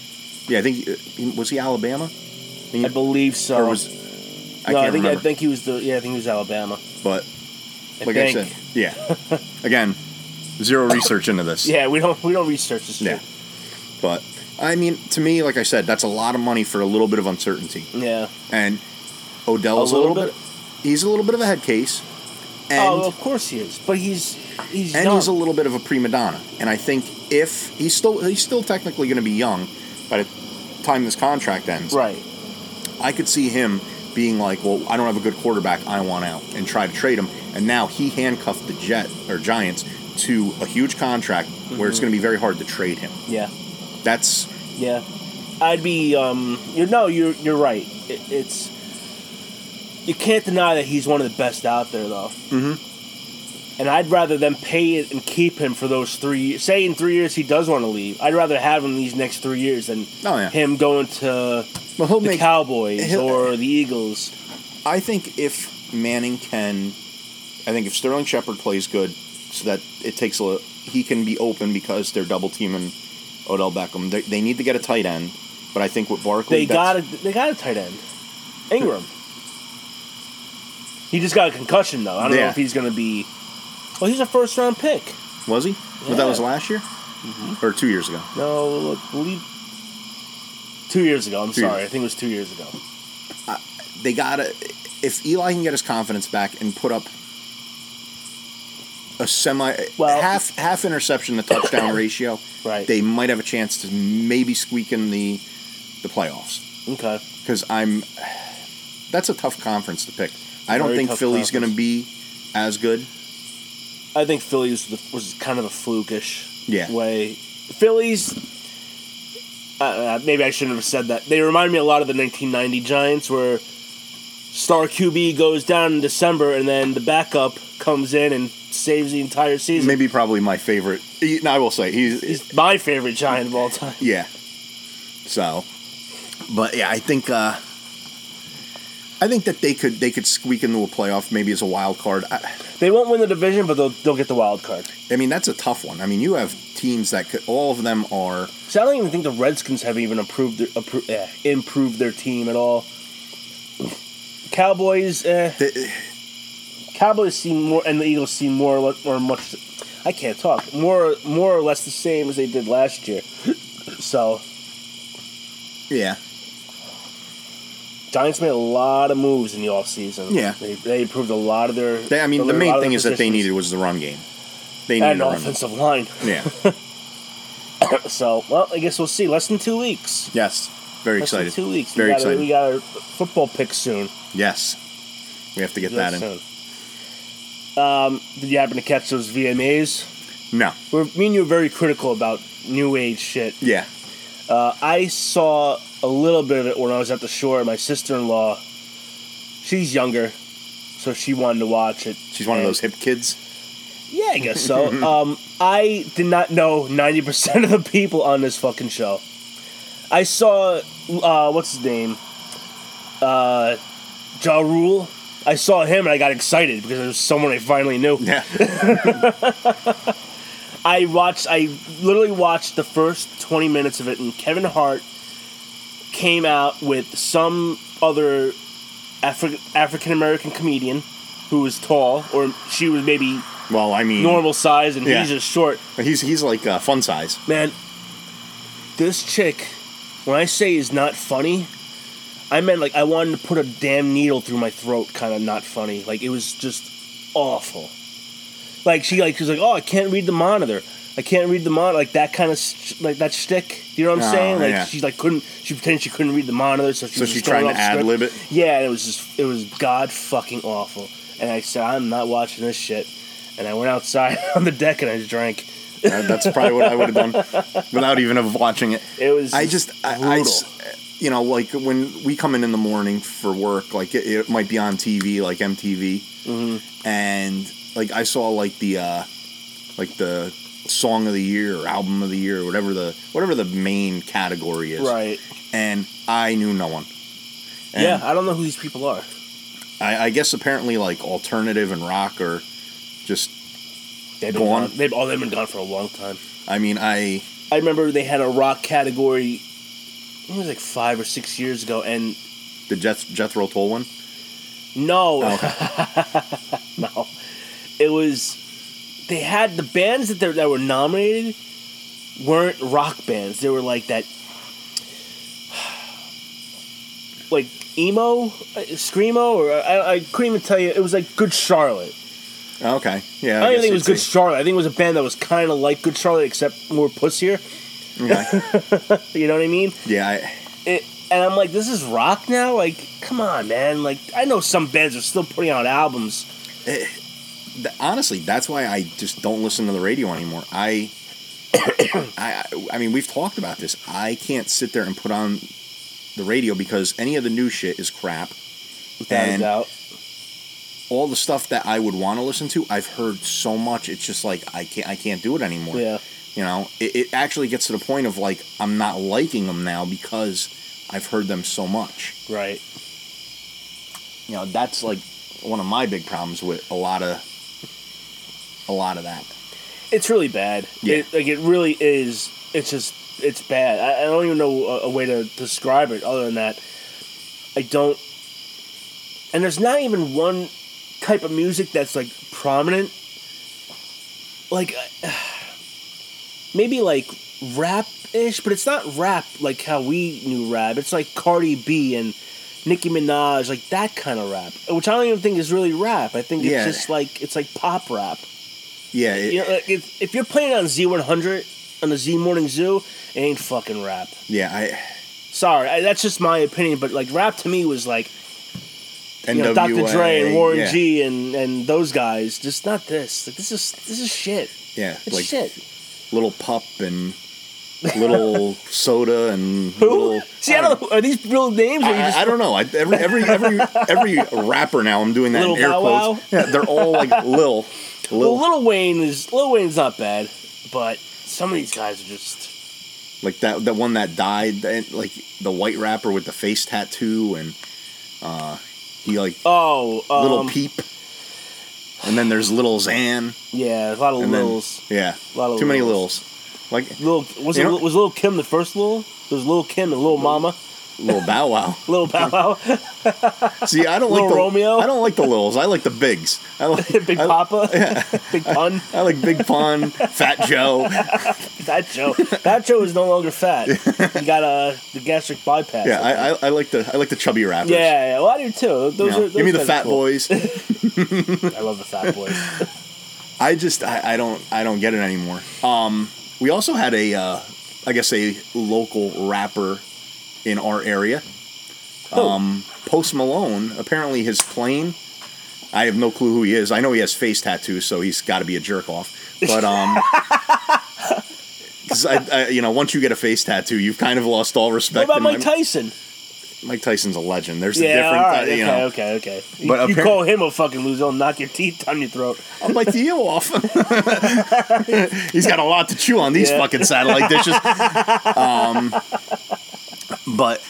S1: yeah. I think uh, he- was he Alabama,
S2: I believe so.
S1: or was I
S2: Uh, no,
S1: can't
S2: I think
S1: remember.
S2: I think he was the. Yeah, I think he was Alabama.
S1: but
S2: I
S1: like
S2: think.
S1: I said, yeah. Again, zero research into this.
S2: [LAUGHS] Yeah, we don't we don't research this.
S1: yeah.
S2: shit.
S1: But I mean, to me, like I said, that's a lot of money for a little bit of uncertainty.
S2: Yeah.
S1: And Odell's a
S2: A
S1: little,
S2: little
S1: bit. He's a little bit of a head case, and
S2: oh, of course he is, but he's he's
S1: and
S2: young.
S1: he's a little bit of a prima donna. And I think if he's still he's still technically going to be young by the time this contract ends.
S2: right.
S1: I could see him being like, "Well, I don't have a good quarterback. I want out," and try to trade him. And now he handcuffed the Jet or Giants to a huge contract where
S2: Mm-hmm.
S1: it's going to be very hard to trade him.
S2: Yeah,
S1: That's
S2: yeah. I'd be um. You no, you're you're right. It, it's you can't deny that he's one of the best out there, though.
S1: Mhm.
S2: And I'd rather them pay it and keep him for those three. Say in three years he does want to leave. I'd rather have him these next three years than
S1: oh yeah.
S2: him going to
S1: Well, he'll
S2: the
S1: make.
S2: Cowboys
S1: he'll-
S2: or the Eagles.
S1: I think if Manning can, I think if Sterling Shepard plays good, so that it takes a he can be open because they're double teaming Odell Beckham. They, they need to get a tight end, but I think with Barkley,
S2: They
S1: that's-
S2: got a they got a tight end, Ingram. he just got a concussion though. I don't know
S1: Yeah.
S2: if he's gonna be. Well, he's a first round pick.
S1: was he? But that
S2: Yeah. Mm-hmm.
S1: was last year or two years ago.
S2: No, look, believe. Two years ago, I'm
S1: Two
S2: sorry.
S1: years.
S2: I think it was two years ago.
S1: they gotta if Eli can get his confidence back and put up a semi
S2: Well-
S1: half half interception to
S2: [COUGHS]
S1: touchdown ratio,
S2: Right.
S1: they might have a chance to maybe squeak in the the playoffs.
S2: okay.
S1: Because I'm that's a tough conference to pick. I don't
S2: Very
S1: think
S2: tough
S1: Philly's going to
S2: conference.
S1: be as good.
S2: I think Phillies was, was kind of a flukish
S1: Yeah.
S2: way. Phillies. Uh, uh, maybe I shouldn't have said that. They remind me a lot of the 1990 Giants, where star QB goes down in December, and then the backup comes in and saves the entire season.
S1: Maybe probably my favorite. he- No, I will say he's,
S2: He's my favorite Giant of all time.
S1: yeah. So, but yeah, I think uh, I think that they could they could squeak into a playoff maybe as a wild card. I,
S2: They won't win the division, but they'll they'll get the wild card.
S1: I mean, that's a tough one. I mean, you have teams that could, all of them are.
S2: So I don't even think the Redskins have even improved their, appro- eh, improved their team at all. Cowboys, eh,
S1: They,
S2: Cowboys seem more, and the Eagles seem more or le- or much. I can't talk more more or less the same as they did last year. So
S1: yeah,
S2: Giants made a lot of moves in the offseason.
S1: Yeah.
S2: they, they improved a lot of their.
S1: they, I mean,
S2: a
S1: the
S2: lot
S1: main
S2: of their
S1: thing is that they
S2: positions.
S1: needed was the run game. They needed
S2: and
S1: a
S2: an
S1: run. game.
S2: offensive line. [COUGHS]
S1: Yeah.
S2: so well, I guess we'll see. Less than two weeks.
S1: Yes. Very
S2: Less than
S1: excited.
S2: two weeks.
S1: Very
S2: we got, our-
S1: excited.
S2: We got our football pick soon.
S1: Yes. We have to get that in.
S2: Yes, sir. Um, did you happen to catch those VMAs?
S1: No.
S2: We're, me and you were very critical about new age shit.
S1: Yeah.
S2: Uh, I saw a little bit of it when I was at the shore. My sister in law, she's younger, so she wanted to watch it.
S1: She's one of
S2: And-
S1: those hip kids.
S2: Yeah, I
S1: [LAUGHS]
S2: guess so. um, I did not know 90% of the people on this fucking show. I saw, uh, what's his name? Uh, Ja Rule. I saw him and I got excited because there was someone I finally knew.
S1: Yeah.
S2: I watched. I literally watched the first twenty minutes of it, and Kevin Hart came out with some other Afri- African American comedian who was tall, or she was maybe
S1: [LAUGHS] well, I mean,
S2: normal size, and
S1: Yeah.
S2: he's just short.
S1: He's he's like uh, fun size.
S2: Man, this chick, when I say is not funny, I meant like I wanted to put a damn needle through my throat, kind of not funny. Like it was just awful. Like she like she was like, oh, I can't read the monitor. I can't read the monitor. Like that kind of sh- like that shtick. You know what I'm
S1: Oh,
S2: saying? Like
S1: yeah.
S2: she like couldn't. She pretended she couldn't read the monitor, so she
S1: So
S2: was
S1: she's
S2: just going
S1: trying to
S2: off script.
S1: ad lib it.
S2: Yeah, and it was just it was god fucking awful. And I said, I'm not watching this shit. And I went outside [LAUGHS] on the deck and I just drank.
S1: Uh, That's probably what I would
S2: [LAUGHS]
S1: have done without even of watching it.
S2: It was
S1: I just, I, I s- you know, like when we come in in the morning for work, like it, it might be on TV, like MTV,
S2: Mm-hmm.
S1: and like I saw like the, uh, like the song of the year or album of the year or whatever the whatever the main category is,
S2: right.
S1: And I knew no one. And
S2: yeah, I don't know who these people are.
S1: I, I guess apparently like alternative and rock or just.
S2: They've
S1: Go
S2: been
S1: on.
S2: gone. They've all they've been gone for a long time.
S1: I mean, I
S2: I remember they had a rock category. I think It was like five or six years ago, and
S1: the Jeth, Jethro Tull one.
S2: no,
S1: Oh, okay.
S2: Oh. [LAUGHS] no, it was. They had the bands that they- that were nominated weren't rock bands. They were like that, [SIGHS] like emo, uh, screamo, or I, I couldn't even tell you. It was like Good Charlotte.
S1: Okay. Yeah.
S2: I, don't
S1: guess
S2: even think it was
S1: you'd
S2: Good Charlotte. I think it was a band that was kind of like Good Charlotte, except more pussier.
S1: say. Okay.
S2: You know what I mean?
S1: [LAUGHS] Yeah. I,
S2: it, and I'm like, this is rock now. Like, come on, man. Like, I know some bands are still putting out albums.
S1: th- honestly, that's why I just don't listen to the radio anymore. I, [COUGHS] I, I- I mean, we've talked about this. I can't sit there and put on the radio because any of the new shit is crap.
S2: Without
S1: And-
S2: a doubt,
S1: All the stuff that I would want to listen to, I've heard so much. It's just like I can't, I can't do it anymore.
S2: yeah.
S1: You know, it, it actually gets to the point of like I'm not liking them now because I've heard them so much.
S2: Right.
S1: you know that's like one of my big problems with a lot of a lot of that
S2: It's really bad.
S1: Yeah.
S2: It, like, it really is. It's just, it's bad. I, I don't even know a, a way to describe it other than that. I don't. And there's not even one type of music that's like prominent. Like, uh, [SIGHS] maybe like rap ish, but it's not rap like how we knew rap. It's like Cardi B and Nicki Minaj, like that kind of rap, which I don't even think is really rap. I think it's
S1: Yeah.
S2: just like it's like pop rap.
S1: Yeah, it-
S2: You know, like if, if you're playing on Z100 on the Z Morning Zoo, it ain't fucking rap.
S1: yeah. I
S2: Sorry, I, that's just my opinion. But like rap to me was like
S1: NWA,
S2: you know Dr. Dre and Warren
S1: yeah,
S2: G and and those guys. Just not this. Like this is this is shit.
S1: Yeah,
S2: It's
S1: like
S2: shit.
S1: little pup and
S2: [LAUGHS]
S1: little soda and
S2: Who?
S1: little.
S2: See, I don't know. Are these real names? Or you
S1: I,
S2: just,
S1: I don't know. I, every every every every rapper now. I'm doing that
S2: Lil
S1: in air
S2: Bow
S1: quotes.
S2: Wow?
S1: Yeah, they're all like
S2: [LAUGHS]
S1: Lil,
S2: well,
S1: Lil,
S2: Little Wayne is Little Wayne's not bad, but some of these guys are just
S1: like that that one that died. that- Like the white rapper with the face tattoo and uh, he like
S2: oh um,
S1: little peep. And then there's little Xan.
S2: Yeah, a lot of
S1: And then-
S2: littles.
S1: Yeah,
S2: a lot of
S1: too many
S2: littles.
S1: littles. Like
S2: Lil was
S1: You
S2: it,
S1: know-
S2: was Lil Kim the first Lil? There was Lil Kim and Lil Mama,
S1: little Bow
S2: [LAUGHS]
S1: Wow.
S2: Lil Bow Wow,
S1: See, I don't
S2: Little
S1: like the
S2: Romeo?
S1: I don't like the littles. I like the bigs. I like
S2: [LAUGHS] Big
S1: I, [LAUGHS]
S2: Papa, [LAUGHS] Big Pun.
S1: I like Big Pun, Fat
S2: [LAUGHS]
S1: Joe.
S2: That Joe, that Joe is no longer fat. He got uh, the gastric bypass.
S1: Yeah, I, I, I like the I like the chubby rappers.
S2: yeah, yeah. Well, I do too. Those
S1: You
S2: are
S1: know,
S2: those
S1: give me the
S2: guys are
S1: Fat
S2: cool.
S1: Boys.
S2: I love the Fat
S1: [LAUGHS]
S2: Boys.
S1: I just I, I don't I don't get it anymore. Um, we also had a uh, I guess a local rapper in our area.
S2: Who?
S1: Um, Post Malone. Apparently, his plane. I have no clue who he is. I know he has face tattoos, so he's got to be a jerk off. But um, [LAUGHS] 'cause I, I, you know, once you get a face tattoo, you've kind of lost all
S2: What
S1: respect.
S2: about
S1: in
S2: Mike
S1: my-
S2: Tyson?
S1: Mike Tyson's a legend. There's a
S2: Yeah, all
S1: different,
S2: right,
S1: uh,
S2: okay,
S1: you know.
S2: okay, okay. You,
S1: But
S2: you
S1: apparent-
S2: call him a fucking loser, he'll knock your teeth down your throat.
S1: I'll bite the eel off. [LAUGHS] He's got a lot to chew on these
S2: Yeah.
S1: fucking satellite dishes. Um, but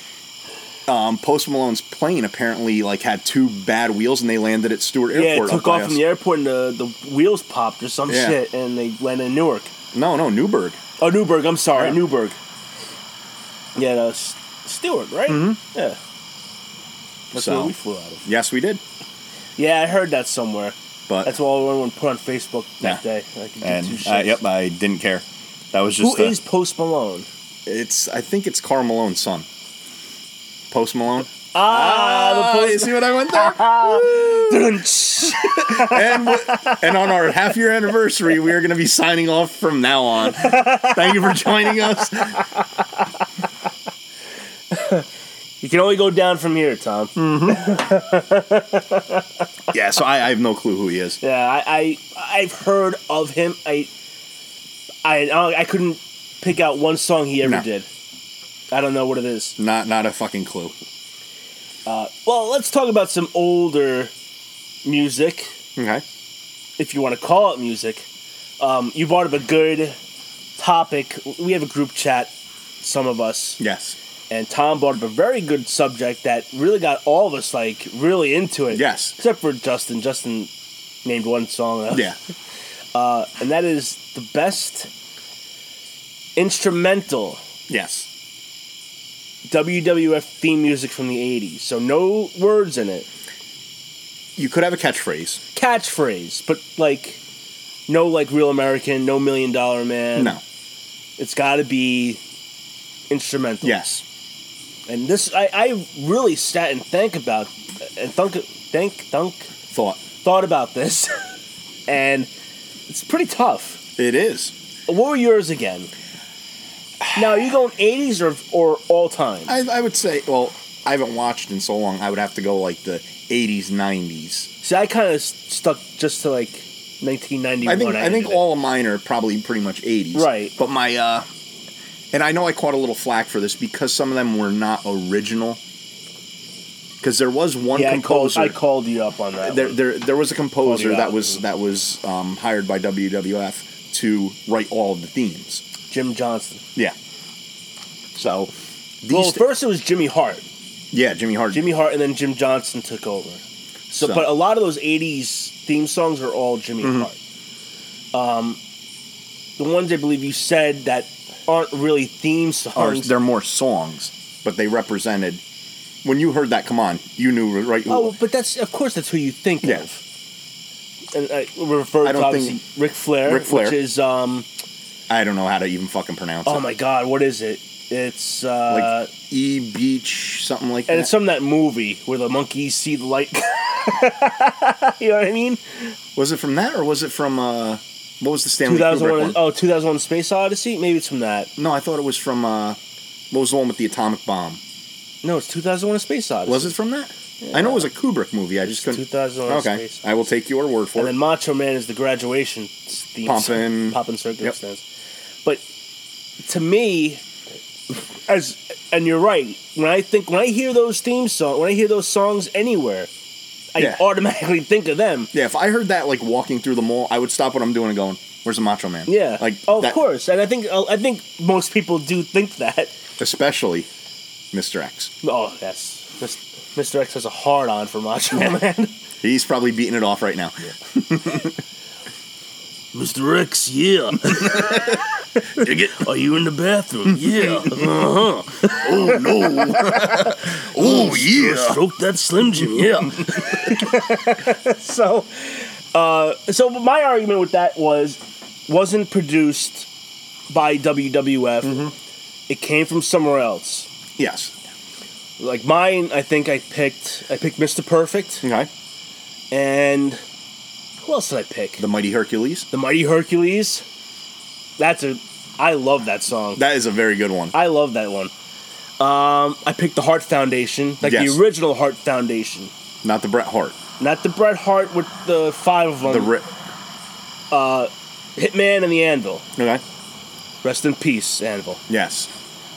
S1: um, Post Malone's plane apparently like had two bad wheels and they landed at Stewart Airport.
S2: yeah, it took
S1: up by
S2: off
S1: us.
S2: from the airport and the, the wheels popped or some
S1: Yeah.
S2: shit, and they landed in Newark.
S1: No, no, Newburgh.
S2: Oh, Newburgh. I'm sorry,
S1: Yeah.
S2: Newburgh. Yeah, no, S- Stewart, right? Mm-hmm. Yeah, that's
S1: So-
S2: where we flew out of.
S1: Yes, we did.
S2: Yeah, I heard that somewhere.
S1: But
S2: That's all everyone put on Facebook that
S1: Yeah.
S2: day. I could do
S1: and
S2: two
S1: uh,
S2: shits.
S1: yep, I didn't care. That was
S2: Who
S1: just uh,
S2: is Post Malone?
S1: it's. I think it's Carl Malone's son. Post Malone.
S2: Ah,
S1: you see what I went there?
S2: the Post.
S1: and, w- and on our half year anniversary, we are going to be signing off from now on. Thank you for joining us.
S2: [LAUGHS] you can only go down from here, Tom.
S1: Hmm. Yeah, so I, I have no clue who he is.
S2: Yeah, I, I I've heard of him. I I I couldn't pick out one song he ever
S1: No.
S2: did. I don't know what it is.
S1: Not not a fucking clue.
S2: Well, let's talk about some older music,
S1: Okay.
S2: if you want to call it music. Um, you brought up a good topic. We have a group chat, some of us,
S1: Yes.
S2: and Tom brought up a very good subject that really got all of us like really into it.
S1: Yes.
S2: Except for Justin. Justin named one song. and I-
S1: Yeah.
S2: uh, and that is the best instrumental
S1: Yes.
S2: WWF theme music from the 80s. So no words in it.
S1: You could have a catchphrase.
S2: Catchphrase, but like no like real American, no million dollar man.
S1: No.
S2: It's got to be instrumental.
S1: Yes.
S2: And this I, I really sat and think about and thunk think thunk
S1: Thought.
S2: thought about this. [LAUGHS] and it's pretty tough.
S1: It is.
S2: What were yours again? Now, are you going 80s or, or all time?
S1: I, I would say, well, I haven't watched in so long. I would have to go like the 80s, 90s.
S2: See, I kind of stuck just to like 1991.
S1: I think I think
S2: did it.
S1: all of mine are probably pretty much 80s.
S2: Right.
S1: But my, uh, and I know I caught a little flack for this because some of them were not original. Because there was one
S2: Yeah, I called,
S1: composer.
S2: I called you up on that.
S1: there,
S2: one.
S1: there, there was a composer
S2: Called it
S1: that
S2: out.
S1: was that was um, hired by WWF to write all of the themes.
S2: Jim Johnston.
S1: Yeah. So, these
S2: Well, first it was Jimmy Hart.
S1: yeah, Jimmy Hart.
S2: Jimmy Hart, and then Jim Johnston took over.
S1: So-
S2: So,
S1: Mm-hmm.
S2: but a lot of those 80s theme songs are all Jimmy Hart. Um, the ones I believe you said that aren't really theme
S1: are,
S2: songs.
S1: they're more songs, but they represented. When you heard that, come on, you knew right. who-
S2: Oh, but that's of course that's who you think
S1: Yeah.
S2: of. And I we refer
S1: I
S2: to
S1: don't
S2: obviously Ric Flair,
S1: Ric Flair.
S2: which is um
S1: I don't know how to even fucking pronounce
S2: oh
S1: it.
S2: my god, what is it? It's uh,
S1: E Beach, something like
S2: and
S1: that.
S2: it's from that movie where the monkeys see the light. [LAUGHS] you know what I mean?
S1: was it from that or was it from uh, what was the Stanley Kubrick
S2: 2001.
S1: one?
S2: Oh, 2001 Space Odyssey. Maybe it's from that.
S1: No, I thought it was from uh, what was the one with the atomic bomb?
S2: No, it's 2001 Space Odyssey.
S1: Was it from that? I know it was a Kubrick movie. I just couldn't.
S2: 2001
S1: Okay,
S2: Space.
S1: I will take your word for
S2: And
S1: it.
S2: then Macho Man is the graduation theme.
S1: Poppin'.
S2: Poppin' circumstance. But to me, as and you're right. When I think when I hear those theme songs, when I hear those songs anywhere, I
S1: Yeah.
S2: automatically think of them.
S1: Yeah, if I heard that like walking through the mall, I would stop what I'm doing and going, "Where's the Macho Man?"
S2: Yeah.
S1: like
S2: oh, of
S1: that-
S2: course. And I think uh, I think most people do think that.
S1: especially Mr. X.
S2: Oh yes, Mis- Mr. X has a hard on for Macho Man. [LAUGHS]
S1: He's probably beating it off right now.
S2: Mr. X, yeah. [LAUGHS] Are you in the bathroom? Yeah. [LAUGHS] Uh huh.
S1: Oh no! oh yeah!
S2: Stroke that Slim Jim,
S1: [LAUGHS]
S2: yeah. so, uh, so my argument with that was, wasn't produced by WWF. It came from somewhere else.
S1: Yes.
S2: Like mine, I think I picked. I picked Mr. Perfect,
S1: Okay.
S2: and who else did I pick?
S1: The Mighty Hercules.
S2: The Mighty Hercules. That's a. I love that song.
S1: That is a very good one.
S2: I love that one. Um, I picked the Heart Foundation, like
S1: Yes.
S2: the original Heart Foundation,
S1: Not the Bret Hart.
S2: not the Bret Hart with the five of them,
S1: The Ri-
S2: Hitman and the Anvil.
S1: Okay.
S2: Rest in peace, Anvil.
S1: Yes.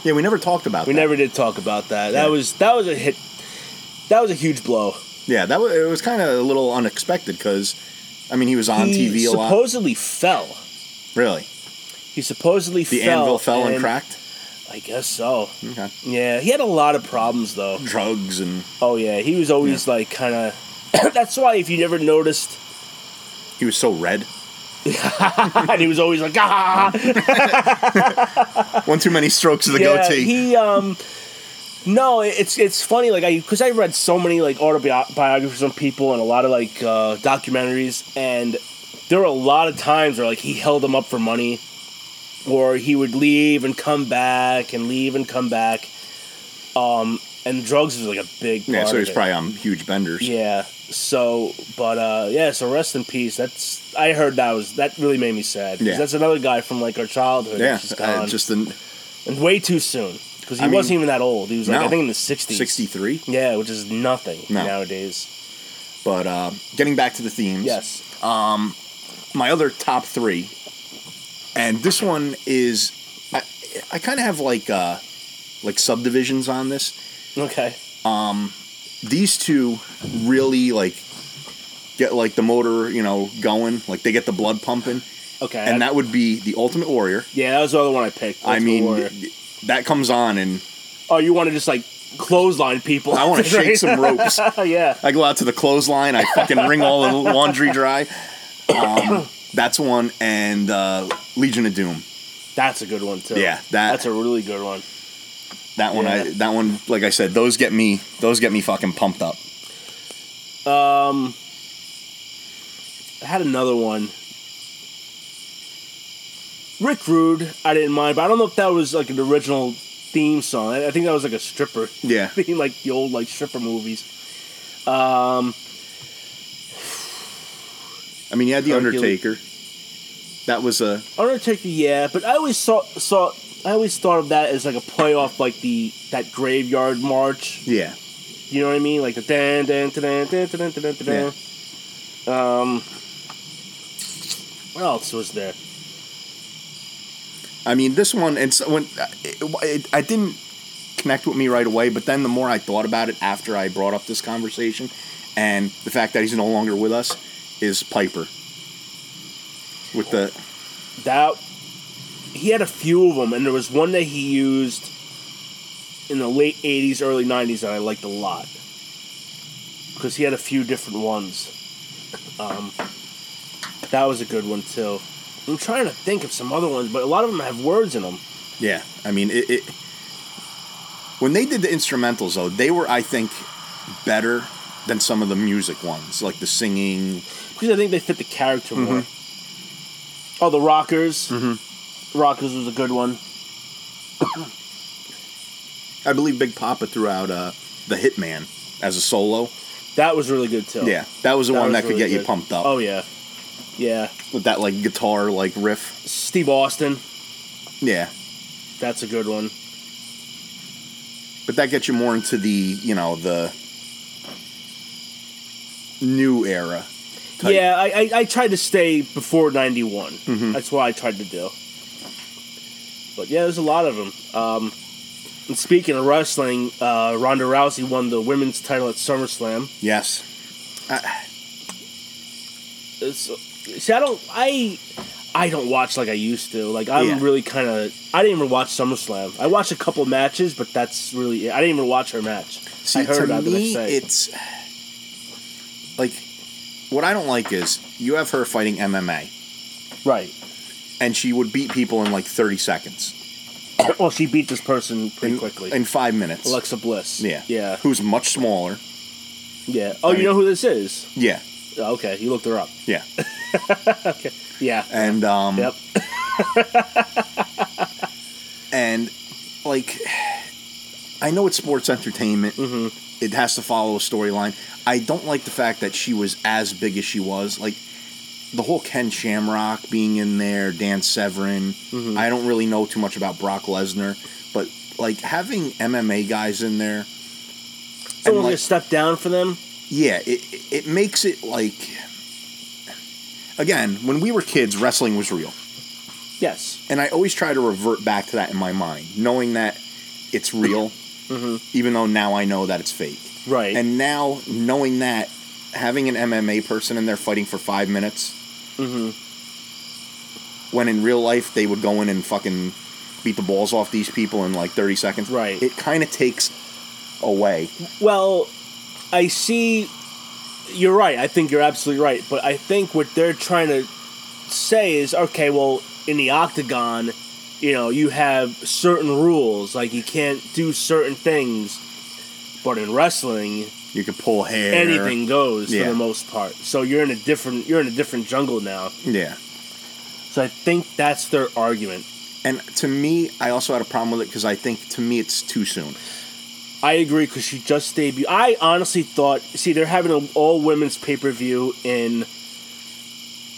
S1: Yeah, we never talked about
S2: We
S1: that.
S2: never did talk about that.
S1: Yeah.
S2: That was that was a hit. That was a huge blow.
S1: Yeah, that was, it was kind of a little unexpected because, I mean, he was on
S2: he
S1: TV a lot.
S2: supposedly fell.
S1: Really?
S2: He supposedly
S1: The
S2: fell.
S1: anvil fell and, cracked?
S2: I guess so.
S1: Okay.
S2: Yeah, he had a lot of problems though.
S1: Drugs and
S2: Oh yeah, he was always like kind of. [COUGHS] that's why if you never noticed, [LAUGHS]
S1: he was so red.
S2: and he was always like ah.
S1: One too many strokes of the
S2: [LAUGHS] yeah,
S1: goatee.
S2: He um no, it- it's it's funny like I because I read so many like autobiographies on people and a lot of like uh, documentaries and there were a lot of times where like he held them up for money or he would leave and come back and leave and come back um and drugs was like a big part
S1: yeah, so
S2: of
S1: he's
S2: it.
S1: probably on huge benders.
S2: yeah so but uh yeah so rest in peace that's I heard that was that really made me sad 'cause
S1: Yeah.
S2: that's another guy from like our childhood
S1: Yeah,
S2: that's just
S1: uh,
S2: gone
S1: just the
S2: and way too soon because he
S1: I mean-
S2: wasn't even that old. He was like
S1: No.
S2: I think in the sixties.
S1: 63.
S2: Yeah, which is nothing
S1: No.
S2: nowadays.
S1: But uh, getting back to the themes.
S2: Yes,
S1: my other top three, and this one is I, I kind of have like uh, like subdivisions on this.
S2: okay.
S1: These two really like get like the motor, you know, going. Like they get the blood pumping,
S2: Okay,
S1: and that would be the Ultimate Warrior.
S2: yeah, that was the other one I picked.
S1: I
S2: Ultimate
S1: mean,
S2: Warrior.
S1: that comes on, and
S2: oh, you want to just like clothesline people?
S1: I
S2: [LAUGHS]
S1: want to shake some ropes.
S2: yeah,
S1: I go out to the clothesline. I fucking wring all the laundry dry. Um, that's one, and uh, Legion of Doom.
S2: that's a good one too.
S1: Yeah, that-
S2: that's a really good one.
S1: That one, I
S2: Yeah.
S1: that one, like I said, those get me, those get me fucking pumped up.
S2: Um, I had another one. Rick Rude, I didn't mind, but I don't know if that was like an original theme song. I I think that was like a stripper [LAUGHS]
S1: Yeah.
S2: being like the old like stripper movies.
S1: I mean, you had the
S2: Hercules.
S1: Undertaker. That was a
S2: Undertaker, yeah, but I always saw saw I always thought of that as like a play off like the that graveyard march.
S1: yeah.
S2: You know what I mean? Like the dan dan dan dan dan dan dan. Um, what else was there?
S1: I mean, this one and so when it, it, I didn't connect with me right away, but then the more I thought about it after I brought up this conversation, and the fact that he's no longer with us is Piper. With the
S2: That he had a few of them, and there was one that he used in the late '80s, early '90s that I liked a lot because he had a few different ones. [LAUGHS] Um, that was a good one too. I'm trying to think of some other ones, but a lot of them have words in them.
S1: yeah, I mean it. it when they did the instrumentals, though, they were I think better than some of the music ones, like the singing.
S2: because I think they fit the character more.
S1: Mm-hmm.
S2: Oh, the Rockers. Rockers was a good one.
S1: I believe Big Papa threw out uh, the Hitman as a solo.
S2: That was really good too.
S1: Yeah, that was the one
S2: Oh. was
S1: that could
S2: really
S1: get you
S2: good.
S1: pumped up
S2: Oh yeah, yeah.
S1: with that like guitar like riff.
S2: Steve Austin,
S1: Yeah,
S2: that's a good one.
S1: but that gets you more into the you know the new era. type.
S2: Yeah, I, I, I tried to stay before '91.
S1: Mm-hmm.
S2: That's what I tried to do. But yeah, there's a lot of them. Um, and speaking of wrestling, uh, Ronda Rousey won the women's title at SummerSlam.
S1: Yes.
S2: It's, see, I don't, I, I don't watch like I used to. Like I'm
S1: Yeah.
S2: really kind of. I didn't even watch SummerSlam. I watched a couple matches, but that's really. It. I didn't even watch her match.
S1: See,
S2: I heard
S1: to
S2: about it the
S1: me,
S2: next day.
S1: it's like what I don't like is you have her fighting MMA,
S2: right. [COUGHS]
S1: and she would beat people in like thirty seconds,
S2: well, she beat this person pretty
S1: in,
S2: quickly.
S1: in five minutes.
S2: Alexa Bliss.
S1: yeah,
S2: Yeah.
S1: Who's much smaller?
S2: Yeah. Oh,
S1: I
S2: you
S1: mean-
S2: know who this is?
S1: Yeah,
S2: Oh, okay, you looked her up.
S1: yeah,
S2: Yeah.
S1: and [LAUGHS] um,
S2: [LAUGHS] Yep.
S1: and like I know it's sports entertainment. It has to follow a storyline. I don't like the fact that she was as big as she was. Like the whole Ken Shamrock being in there, Dan Severin. I don't really know too much about Brock Lesnar, but like having MMA guys in there,
S2: Someone
S1: like-
S2: gonna step down for them.
S1: yeah, it it- it makes it like again when we were kids, wrestling was real.
S2: Yes.
S1: and I always try to revert back to that in my mind, knowing that it's real, even though now I know that it's fake.
S2: Mm-hmm. Right.
S1: And now knowing that, having an MMA person in there fighting for five minutes,
S2: Mm-hmm.
S1: when in real life they would go in and fucking beat the balls off these people in like thirty seconds,
S2: Right.
S1: It kind of takes away.
S2: well, I see. You're right. I think you're absolutely right. But I think what they're trying to say is okay. Well, in the octagon, you know, you have certain rules. Like you can't do certain things. But in wrestling,
S1: You could pull hair,
S2: anything goes
S1: Yeah.
S2: for the most part. So you're in a different you're in a different jungle now.
S1: yeah.
S2: So I think that's their argument.
S1: And to me, I also had a problem with it because I think to me it's too soon.
S2: I agree because she just debuted. I honestly thought, see, they're having an all women's pay per view in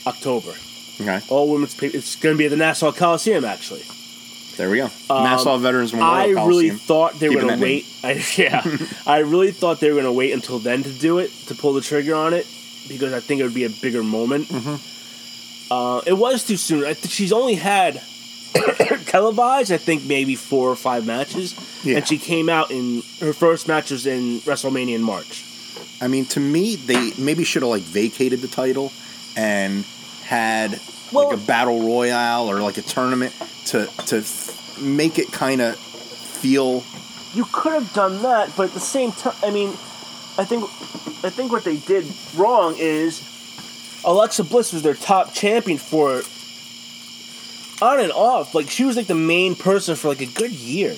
S2: October.
S1: Okay,
S2: All women's pay. It's going to be at the Nassau Coliseum, actually.
S1: there we go. Nassau Veterans Memorial
S2: Um, I really
S1: Coliseum.
S2: thought they were
S1: Keeping
S2: going
S1: that
S2: to wait. [LAUGHS] I, yeah, I really thought they were going to wait until then to do it to pull the trigger on it because I think it would be a bigger moment.
S1: Mm-hmm.
S2: Uh, it was too soon. I th- she's only had [COUGHS] televised, I think, maybe four or five matches,
S1: Yeah.
S2: and she came out in her first match was in WrestleMania in March.
S1: I mean, to me, they maybe should have like vacated the title and had
S2: Well-
S1: like a battle royale or like a tournament to to f- make it kind of feel
S2: you could have done that, but at the same time, I mean, I think, I think what they did wrong is Alexa Bliss was their top champion for on and off. Like she was like the main person for like a good year.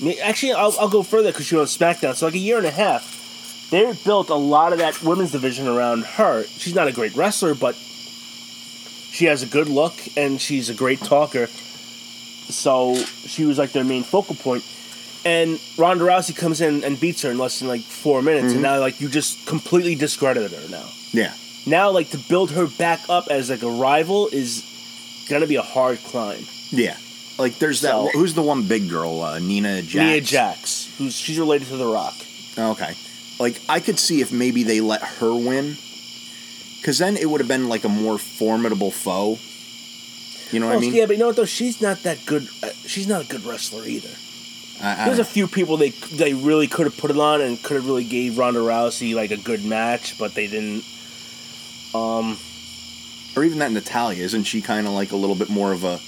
S2: I mean, actually, I'll, I'll go further because she was on SmackDown, so like a year and a half. They built a lot of that women's division around her. She's not a great wrestler, but she has a good look and she's a great talker. So she was like their main focal point and Ronda Rousey comes in and beats her in less than like four minutes,
S1: Mm-hmm.
S2: and now like you just completely discredited her now.
S1: yeah
S2: Now like to build her back up as like a rival is gonna be a hard climb.
S1: yeah like there's that
S2: So-
S1: who's the one big girl uh, Nina Jax
S2: Mia Jax, who's she's related to The Rock.
S1: okay like I could see if maybe they let her win because then it would have been like a more formidable foe you know what I
S2: Well,
S1: mean
S2: yeah, but you know what though? She's not that good. Uh, she's not a good wrestler either.
S1: I, I
S2: There's
S1: don't
S2: a few people they they really could have put it on and could have really gave Ronda Rousey like a good match, but they didn't.
S1: know. or even that Natalia isn't she kind of like a little bit more of a
S2: No,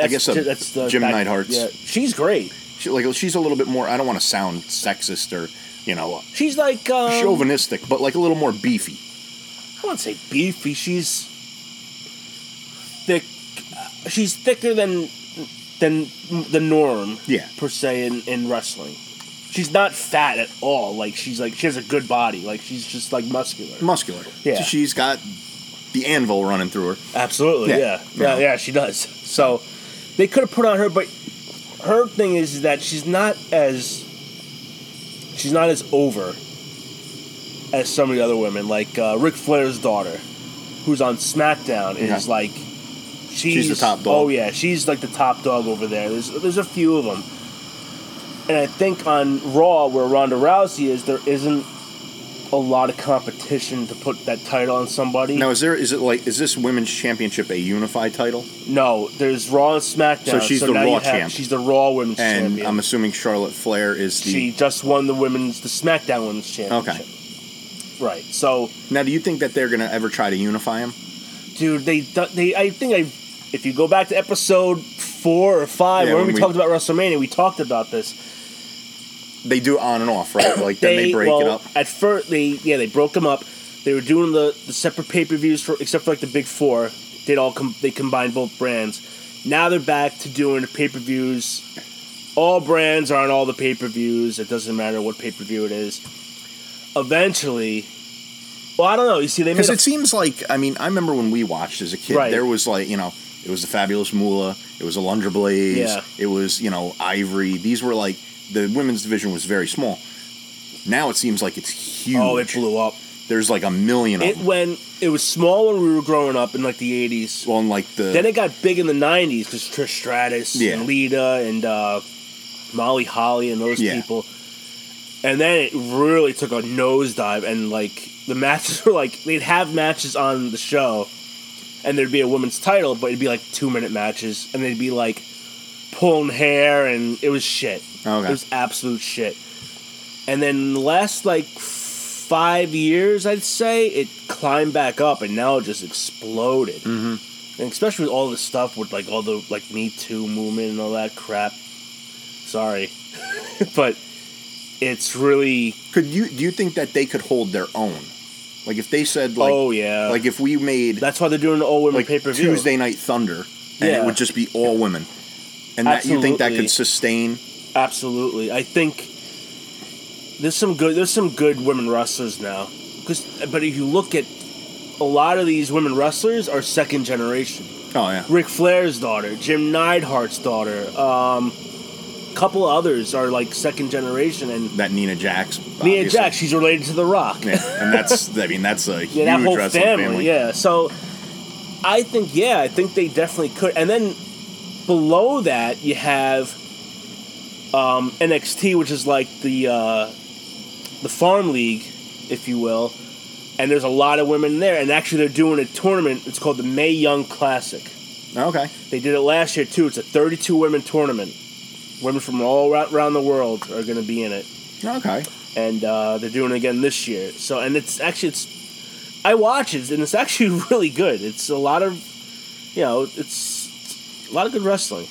S2: that's,
S1: guess, uh,
S2: that's the
S1: Jim
S2: back-
S1: Neidhart's-
S2: Yeah, she's great.
S1: She, like she's a little bit more. I don't want to sound sexist or you know
S2: She's like um,
S1: chauvinistic, but like a little more beefy.
S2: I wouldn't say beefy. She's thick. She's thicker than than the norm
S1: Yeah,
S2: per se in, in wrestling. She's not fat at all. Like she's like she has a good body. Like she's just like muscular.
S1: muscular.
S2: Yeah.
S1: she's got the anvil running through her.
S2: Absolutely.
S1: Yeah.
S2: Yeah. Yeah.
S1: Yeah.
S2: Yeah. she does. So they could have put on her, but her thing is that she's not as she's not as over as some of the other women. Like uh, Ric Flair's daughter, who's on SmackDown, is
S1: Okay.
S2: like she's,
S1: the top dog.
S2: Oh yeah, she's like the top dog over there. There's there's a few of them, and I think on Raw where Ronda Rousey is, there isn't a lot of competition to put that title on somebody.
S1: Now is there is it like is this women's championship a unified title?
S2: No, there's Raw and SmackDown.
S1: So she's the
S2: now you
S1: Raw
S2: have-
S1: champ.
S2: She's the Raw Women's
S1: And
S2: Champion.
S1: I'm assuming Charlotte Flair is the
S2: she just won the women's the SmackDown Women's Championship.
S1: Okay.
S2: Right. So,
S1: Now do you think that they're going to ever try to unify them?
S2: dude, they do- they I think I if you go back to episode four or five
S1: Yeah,
S2: where
S1: when
S2: we,
S1: we-
S2: talked about WrestleMania, we talked about this.
S1: They do on and off, right? Like then they break
S2: well,
S1: it up.
S2: At first, they yeah they broke them up. They were doing the, the separate pay per views for except for like the big four. They'd all com- they combined both brands. Now they're back to doing the pay per views. All brands are on all the pay per views. It doesn't matter what pay per view it is. Eventually, well, I don't know. You see, they made
S1: Because
S2: a
S1: it seems like I mean I remember when we watched as a kid,
S2: Right.
S1: there was like you know it was the fabulous Moolah, it was a Lunder Blaze,
S2: Yeah.
S1: it was you know Ivory. These were like the women's division was very small. Now it seems like it's huge.
S2: oh, it blew up.
S1: There's like a million of
S2: It
S1: them.
S2: when it was small when we were growing up in like the '80s.
S1: Well, and like the
S2: Then it got big in the '90s because Trish Stratus,
S1: Yeah.
S2: and Lita, and uh, Molly Holly, and those
S1: Yeah.
S2: people. And then it really took a nosedive, and like the matches [LAUGHS] were like they'd have matches on the show, and there'd be a women's title, but it'd be like two minute matches, and they'd be like pulling hair, and it was shit.
S1: Okay.
S2: It was absolute shit. And then the last like five years, I'd say it climbed back up, and now it just exploded. Mm-hmm. And especially with all the stuff with like all the like Me Too movement and all that crap. Sorry, [LAUGHS] but it's really
S1: could you do you think that they could hold their own? Like if they said like
S2: oh yeah.
S1: like if we made
S2: that's why they're doing the all women
S1: like
S2: pay per view.
S1: Tuesday Night Thunder, and it
S2: Yeah.
S1: would just be all women, and that you think that
S2: Absolutely.
S1: could sustain?
S2: Absolutely, I think there's some good there's some good women wrestlers now. 'Cause- but if you look at a lot of these women wrestlers are second generation.
S1: Oh yeah,
S2: Ric Flair's daughter, Jim Neidhart's daughter, um, couple others are like second generation, and
S1: that Nina Jax.
S2: Nia
S1: obviously.
S2: Jax, she's related to The Rock.
S1: Yeah, and that's I mean that's a huge
S2: [LAUGHS] Yeah, that whole
S1: wrestling
S2: family,
S1: family.
S2: Yeah, so I think yeah, I think they definitely could. And then below that, you have um, NXT, which is like the uh, the farm league, if you will. And there's a lot of women there, and actually they're doing a tournament. It's called the May Young Classic.
S1: Okay.
S2: They did it last year too. It's a 32 women tournament. Women from all ar- around the world are going to be in it,
S1: Okay.
S2: and uh, they're doing it again this year. So, and it's actually it's I watch it, and it's actually [LAUGHS] really good. It's a lot of you know, it's, it's a lot of good wrestling.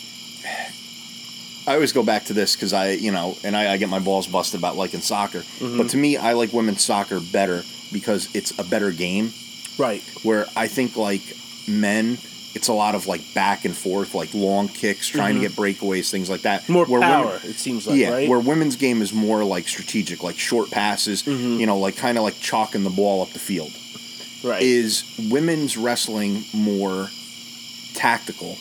S1: I always go back to this because I, you know, and I, I get my balls busted about liking soccer.
S2: Mm-hmm.
S1: But to me, I like women's soccer better because it's a better game.
S2: Right.
S1: Where I think like men, it's a lot of like back and forth, like long kicks, trying to get breakaways, things like that.
S2: Mm-hmm. More
S1: where
S2: power.
S1: women-
S2: it seems like
S1: yeah,
S2: right.
S1: where women's game is more like strategic, like short passes,
S2: Mm-hmm.
S1: you know, like kind of like chalking the ball up the field.
S2: right.
S1: Is women's wrestling more tactical?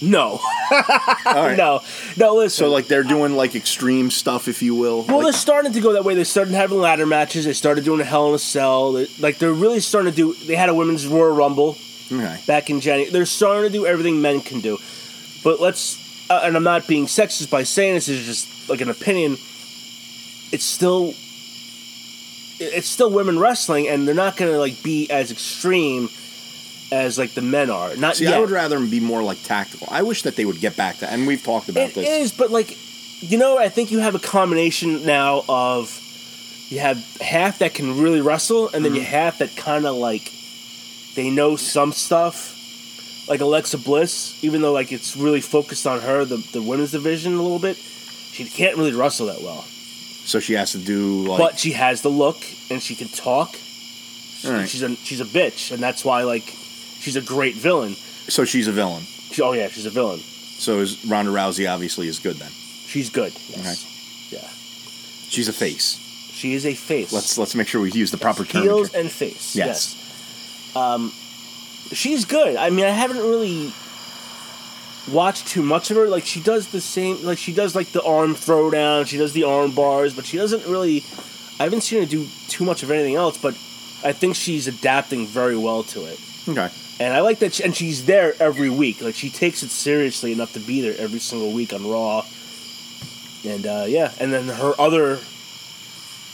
S2: no. [LAUGHS]
S1: All right.
S2: no. No. Listen.
S1: So like they're doing like extreme stuff, if you will.
S2: Well,
S1: Like-
S2: they're starting to go that way. They started having ladder matches. They started doing a Hell in a Cell. They, like they're really starting to do. They had a women's Royal Rumble.
S1: okay.
S2: back in January. They're starting to do everything men can do. But let's, uh, and I'm not being sexist by saying this, is just like an opinion. It's still, it- it's still women wrestling, and they're not gonna like be as extreme as like the men are. Not
S1: See,
S2: yet.
S1: I would rather them be more like tactical. I wish that they would get back to, and we've talked about
S2: It
S1: this.
S2: is, but like, you know, I think you have a combination now of you have half that can really wrestle, and then you
S1: Mm-hmm.
S2: have that kind of like they know some stuff. Like Alexa Bliss, even though like it's really focused on her, the, the women's division a little bit, she can't really wrestle that well.
S1: So she has to do like.
S2: but she has the look, and she can talk.
S1: all right.
S2: She's a she's a bitch, and that's why like she's a great villain.
S1: so she's a villain.
S2: She, oh yeah, she's a villain.
S1: So is Ronda Rousey obviously is good then.
S2: She's good. Yes. Yeah,
S1: She's a face.
S2: she is a face.
S1: Let's let's make sure we use the proper term.
S2: heels and face.
S1: Yes.
S2: Yes. Um, she's good. I mean, I haven't really watch too much of her. Like she does the same. Like she does like the arm throwdown. She does the arm bars, but she doesn't really. I haven't seen her do too much of anything else. But I think she's adapting very well to it.
S1: Okay.
S2: And I like that, she, and she's there every week. Like she takes it seriously enough to be there every single week on Raw. And uh, yeah, and then her other,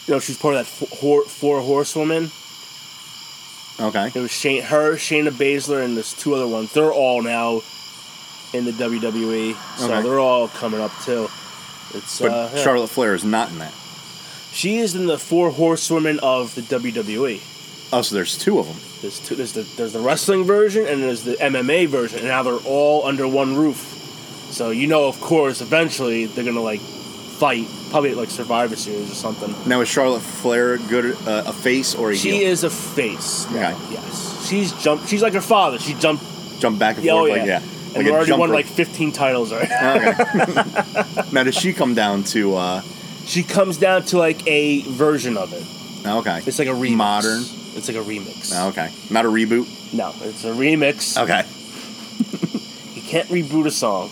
S2: you know, she's part of that four, hor- four horsewoman.
S1: Okay.
S2: It was Shane, her, Shayna Baszler, and there's two other ones. They're all now in the WWE, so
S1: Okay.
S2: they're all coming up too. It's
S1: But
S2: uh, yeah.
S1: Charlotte Flair is not in that.
S2: she is in the four horsewomen of the WWE.
S1: Oh, so there's two of them.
S2: There's two. There's the there's the wrestling version and there's the MMA version, and now they're all under one roof. So you know, of course, eventually they're gonna like fight, probably at, like Survivor Series or something.
S1: Now is Charlotte Flair good uh, a face or a
S2: She
S1: heel?
S2: is a face.
S1: Okay.
S2: Yes, she's jumped. She's like her father. She jumped.
S1: Jump back and
S2: Yeah, oh
S1: forth
S2: yeah.
S1: like yeah.
S2: And
S1: Like
S2: we
S1: a
S2: already
S1: jump
S2: won
S1: rope.
S2: like 15 titles already.
S1: Okay. [LAUGHS] now does she come down to uh
S2: she comes down to like a version of it.
S1: okay.
S2: It's like a remix.
S1: Modern.
S2: It's like a remix.
S1: Okay. Not a reboot.
S2: No, it's a remix.
S1: Okay.
S2: You can't reboot a song.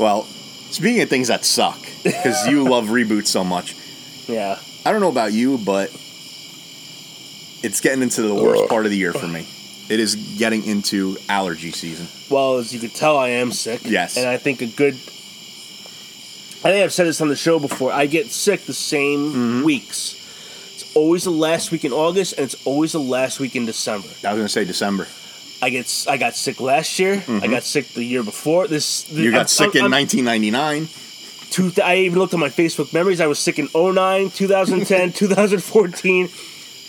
S1: Well, speaking of things that suck, because you love reboots so much.
S2: Yeah.
S1: I don't know about you, but it's getting into the worst part of the year for me. It is getting into allergy season.
S2: Well, as you can tell, I am sick.
S1: Yes.
S2: And I think a good. I think I've said this on the show before. I get sick the same
S1: Mm-hmm.
S2: weeks. It's always the last week in August, and it's always the last week in December.
S1: I was gonna say December.
S2: I get s- I got sick last year. I got sick the year before. This th-
S1: Mm-hmm. You got
S2: I'm-
S1: sick in
S2: I'm- I'm
S1: 1999.
S2: two, I even looked at my Facebook memories. I was sick in
S1: [LAUGHS]
S2: 09, 2010, 2014,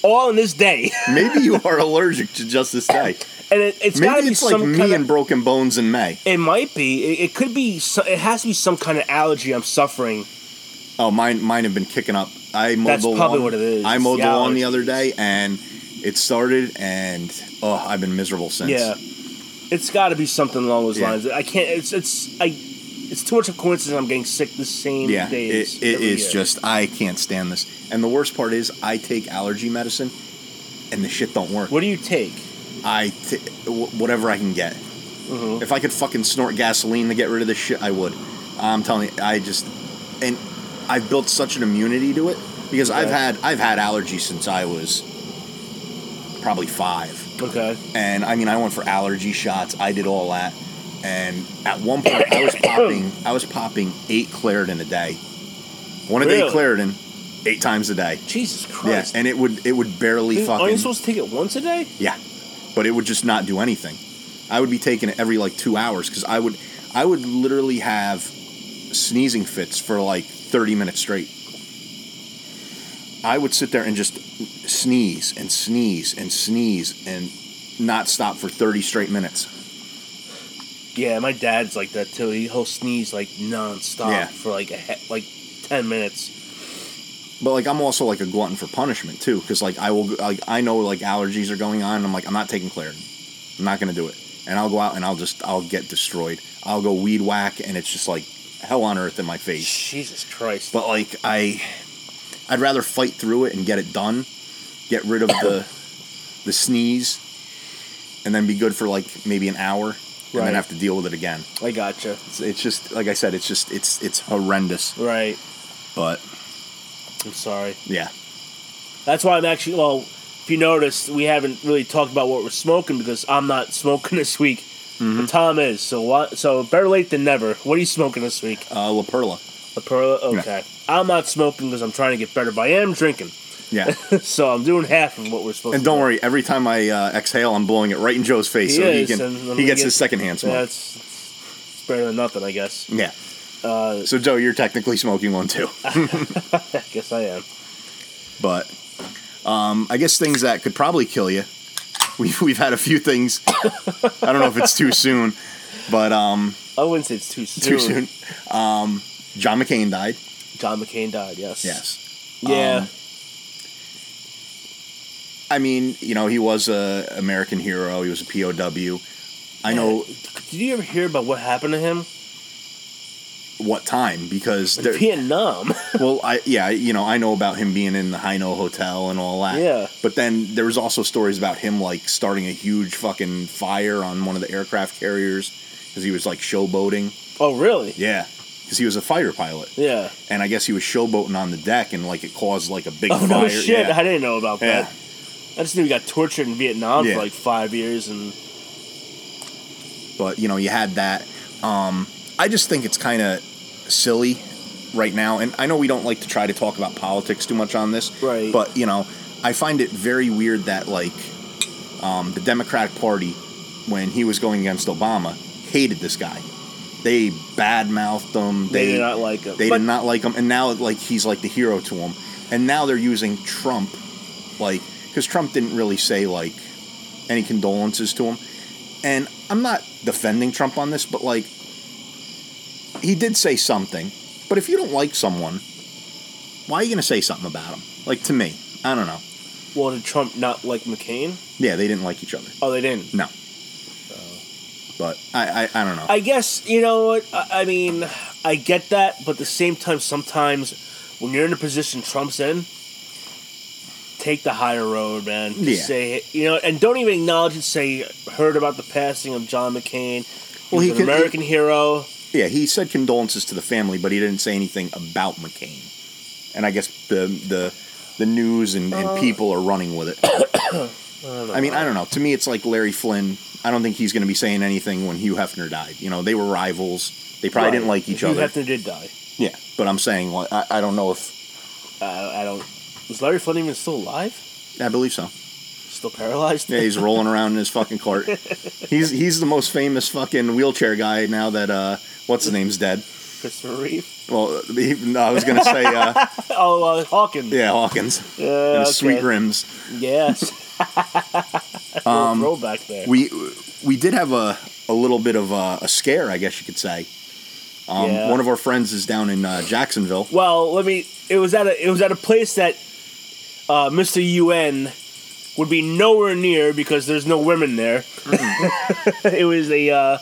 S2: all in this day. [LAUGHS]
S1: Maybe you are allergic to just this day.
S2: And it, it's got to
S1: Maybe
S2: be
S1: it's like
S2: some
S1: me
S2: kind of.
S1: and broken bones in May.
S2: it might be. It, it could be. so- It has to be some kind of allergy I'm suffering.
S1: Oh, mine mine have been kicking up. I mowed
S2: That's
S1: the
S2: probably
S1: lawn.
S2: what it is.
S1: I mowed
S2: Yeah,
S1: the lawn the other day,
S2: allergies.
S1: and it started, and oh, I've been miserable since.
S2: Yeah, it's got to be something along those
S1: Yeah.
S2: lines. I can't. It's it's I. It's too much of a coincidence. I'm getting sick the same
S1: Yeah,
S2: days.
S1: it, it
S2: every
S1: is
S2: year.
S1: just I can't stand this. And the worst part is I take allergy medicine, and the shit don't work.
S2: What do you take?
S1: I t- wh- whatever I can get.
S2: Mm-hmm.
S1: If I could fucking snort gasoline to get rid of this shit, I would. I'm telling you, I just and I've built such an immunity to it because I've
S2: Okay.
S1: had I've had allergies since I was probably five,
S2: Okay.
S1: and I mean I went for allergy shots. I did all that, and at one point I was
S2: [CLEARS THROAT]
S1: popping I was popping eight Claritin a day, one a day
S2: Really?
S1: Claritin, eight times a day.
S2: Jesus
S1: Yeah,
S2: Christ.
S1: and it would it would barely
S2: Dude,
S1: fucking.
S2: Aren't you supposed to take it once a day?
S1: Yeah, but it would just not do anything. I would be taking it every like two hours because I would, I would literally have sneezing fits for like thirty minutes straight. I would sit there and just sneeze and sneeze and sneeze and not stop for thirty straight minutes.
S2: Yeah, my dad's like that too. He- He'll sneeze like nonstop
S1: Yeah.
S2: for like a he- like ten minutes.
S1: But like I'm also like a glutton for punishment too because like I will like I know like allergies are going on. And I'm like I'm not taking Claritin. I'm not gonna do it. And I'll go out and I'll just I'll get destroyed. I'll go weed whack and it's just like hell on earth in my face.
S2: Jesus Christ.
S1: but like I, I'd rather fight through it and get it done, get rid of the, the sneeze, and then be good for like maybe an hour, and
S2: Right.
S1: then have to deal with it again.
S2: I gotcha.
S1: It's, it's just like I said, it's just it's it's horrendous.
S2: Right.
S1: But
S2: I'm sorry.
S1: yeah,
S2: That's why I'm actually well. If you notice, we haven't really talked about what we're smoking because I'm not [LAUGHS] smoking this week.
S1: Mm-hmm.
S2: But Tom is. So what? So better late than never. What are you smoking this week?
S1: uh, La Perla.
S2: A Perla. Okay. I'm not smoking because I'm trying to get better, but I am drinking. [LAUGHS]
S1: Yeah, [LAUGHS]
S2: so I'm doing half of what we're supposed
S1: and
S2: to.
S1: don't worry. Every time I uh, exhale, I'm blowing it right in Joe's face,
S2: He
S1: so
S2: is,
S1: he
S2: and I'm
S1: can
S2: gonna
S1: he gets
S2: get-
S1: his secondhand
S2: do.
S1: smoke.
S2: That's it's better than nothing, I guess. [LAUGHS]
S1: yeah.
S2: Uh,
S1: so Joe, you're technically smoking one too.
S2: I guess I am.
S1: but um, I guess things that could probably kill you. [LAUGHS] We've, we've had a few things. I don't know if it's too soon, but um,
S2: I wouldn't say it's too soon.
S1: [LAUGHS] too soon. Um, John McCain died.
S2: John McCain died. Yes.
S1: Yes.
S2: Yeah.
S1: Um, I mean, you know, he was a American hero. He was a POW. I know
S2: Did you ever hear about what happened to him?
S1: what time because there,
S2: Vietnam. [LAUGHS]
S1: well, I yeah, you know, I know about him being in the Hino Hotel and all that.
S2: Yeah.
S1: But then there was also stories about him like starting a huge fucking fire on one of the aircraft carriers, because he was like showboating.
S2: Oh, really?
S1: Yeah, because he was a fighter pilot,
S2: Yeah.
S1: and I guess he was showboating on the deck, and like it caused like a big
S2: Oh,
S1: fire.
S2: no shit.
S1: Yeah.
S2: I didn't know about
S1: Yeah.
S2: that. I just knew he got tortured in Vietnam
S1: Yeah.
S2: for like five years and.
S1: but you know you had that. Um, I just think it's kind of silly right now, and I know we don't like to try to talk about politics too much on this,
S2: Right.
S1: But you know, I find it very weird that like um, the Democratic Party, when he was going against Obama, hated this guy. They badmouthed him.
S2: They,
S1: They,
S2: did not like him.
S1: they
S2: But-
S1: did not like him, and now like he's like the hero to him, and now they're using Trump, like because Trump didn't really say like any condolences to him, and I'm not defending Trump on this, but like he did say something, but if you don't like someone, why are you gonna say something about him? Like to me, I don't know.
S2: Well, did Trump not like McCain?
S1: Yeah, they didn't like each other.
S2: Oh, they didn't.
S1: No, but I I, I don't know.
S2: I guess you know what I, I mean. I get that, but at the same time, sometimes when you're in a position Trump's in, take the higher road, man. Just
S1: Yeah.
S2: Say you know, and don't even acknowledge it. Say heard about the passing of John McCain. He
S1: Well,
S2: was
S1: he
S2: an
S1: could-
S2: American hero.
S1: Yeah, he said condolences to the family, but he didn't say anything about McCain. And I guess the the the news and, and people are running with it. Uh, [COUGHS] I mean, I don't know. To me, it's like Larry Flynn. I don't think he's going to be saying anything when Hugh Hefner died. You know, they were rivals. They probably didn't like each
S2: Hugh
S1: other.
S2: Hefner did die.
S1: yeah, but I'm saying like, I, I don't know if
S2: Uh, I, I don't. Is Larry Flynn even still alive?
S1: I believe so.
S2: Still paralyzed?
S1: Yeah, he's rolling around in his fucking cart. [LAUGHS] He's he's the most famous fucking wheelchair guy now that uh what's his name's dead.
S2: Christopher Reeve. [LAUGHS]
S1: Well, he, no, I was going to say [LAUGHS] uh,
S2: Oh, uh, Hawkins.
S1: yeah, Hawkins
S2: Yeah.
S1: and his
S2: Uh, okay.
S1: sweet rims.
S2: Yes. [LAUGHS] um, throwback there.
S1: we we did have a, a little bit of a, a scare, I guess you could say. Um,
S2: Yeah.
S1: One of our friends is down in uh, Jacksonville.
S2: Well, let me. It was at a. It was at a place that uh, Mr. UN would be nowhere near because there's no women there.
S1: Mm.
S2: [LAUGHS] it was the uh,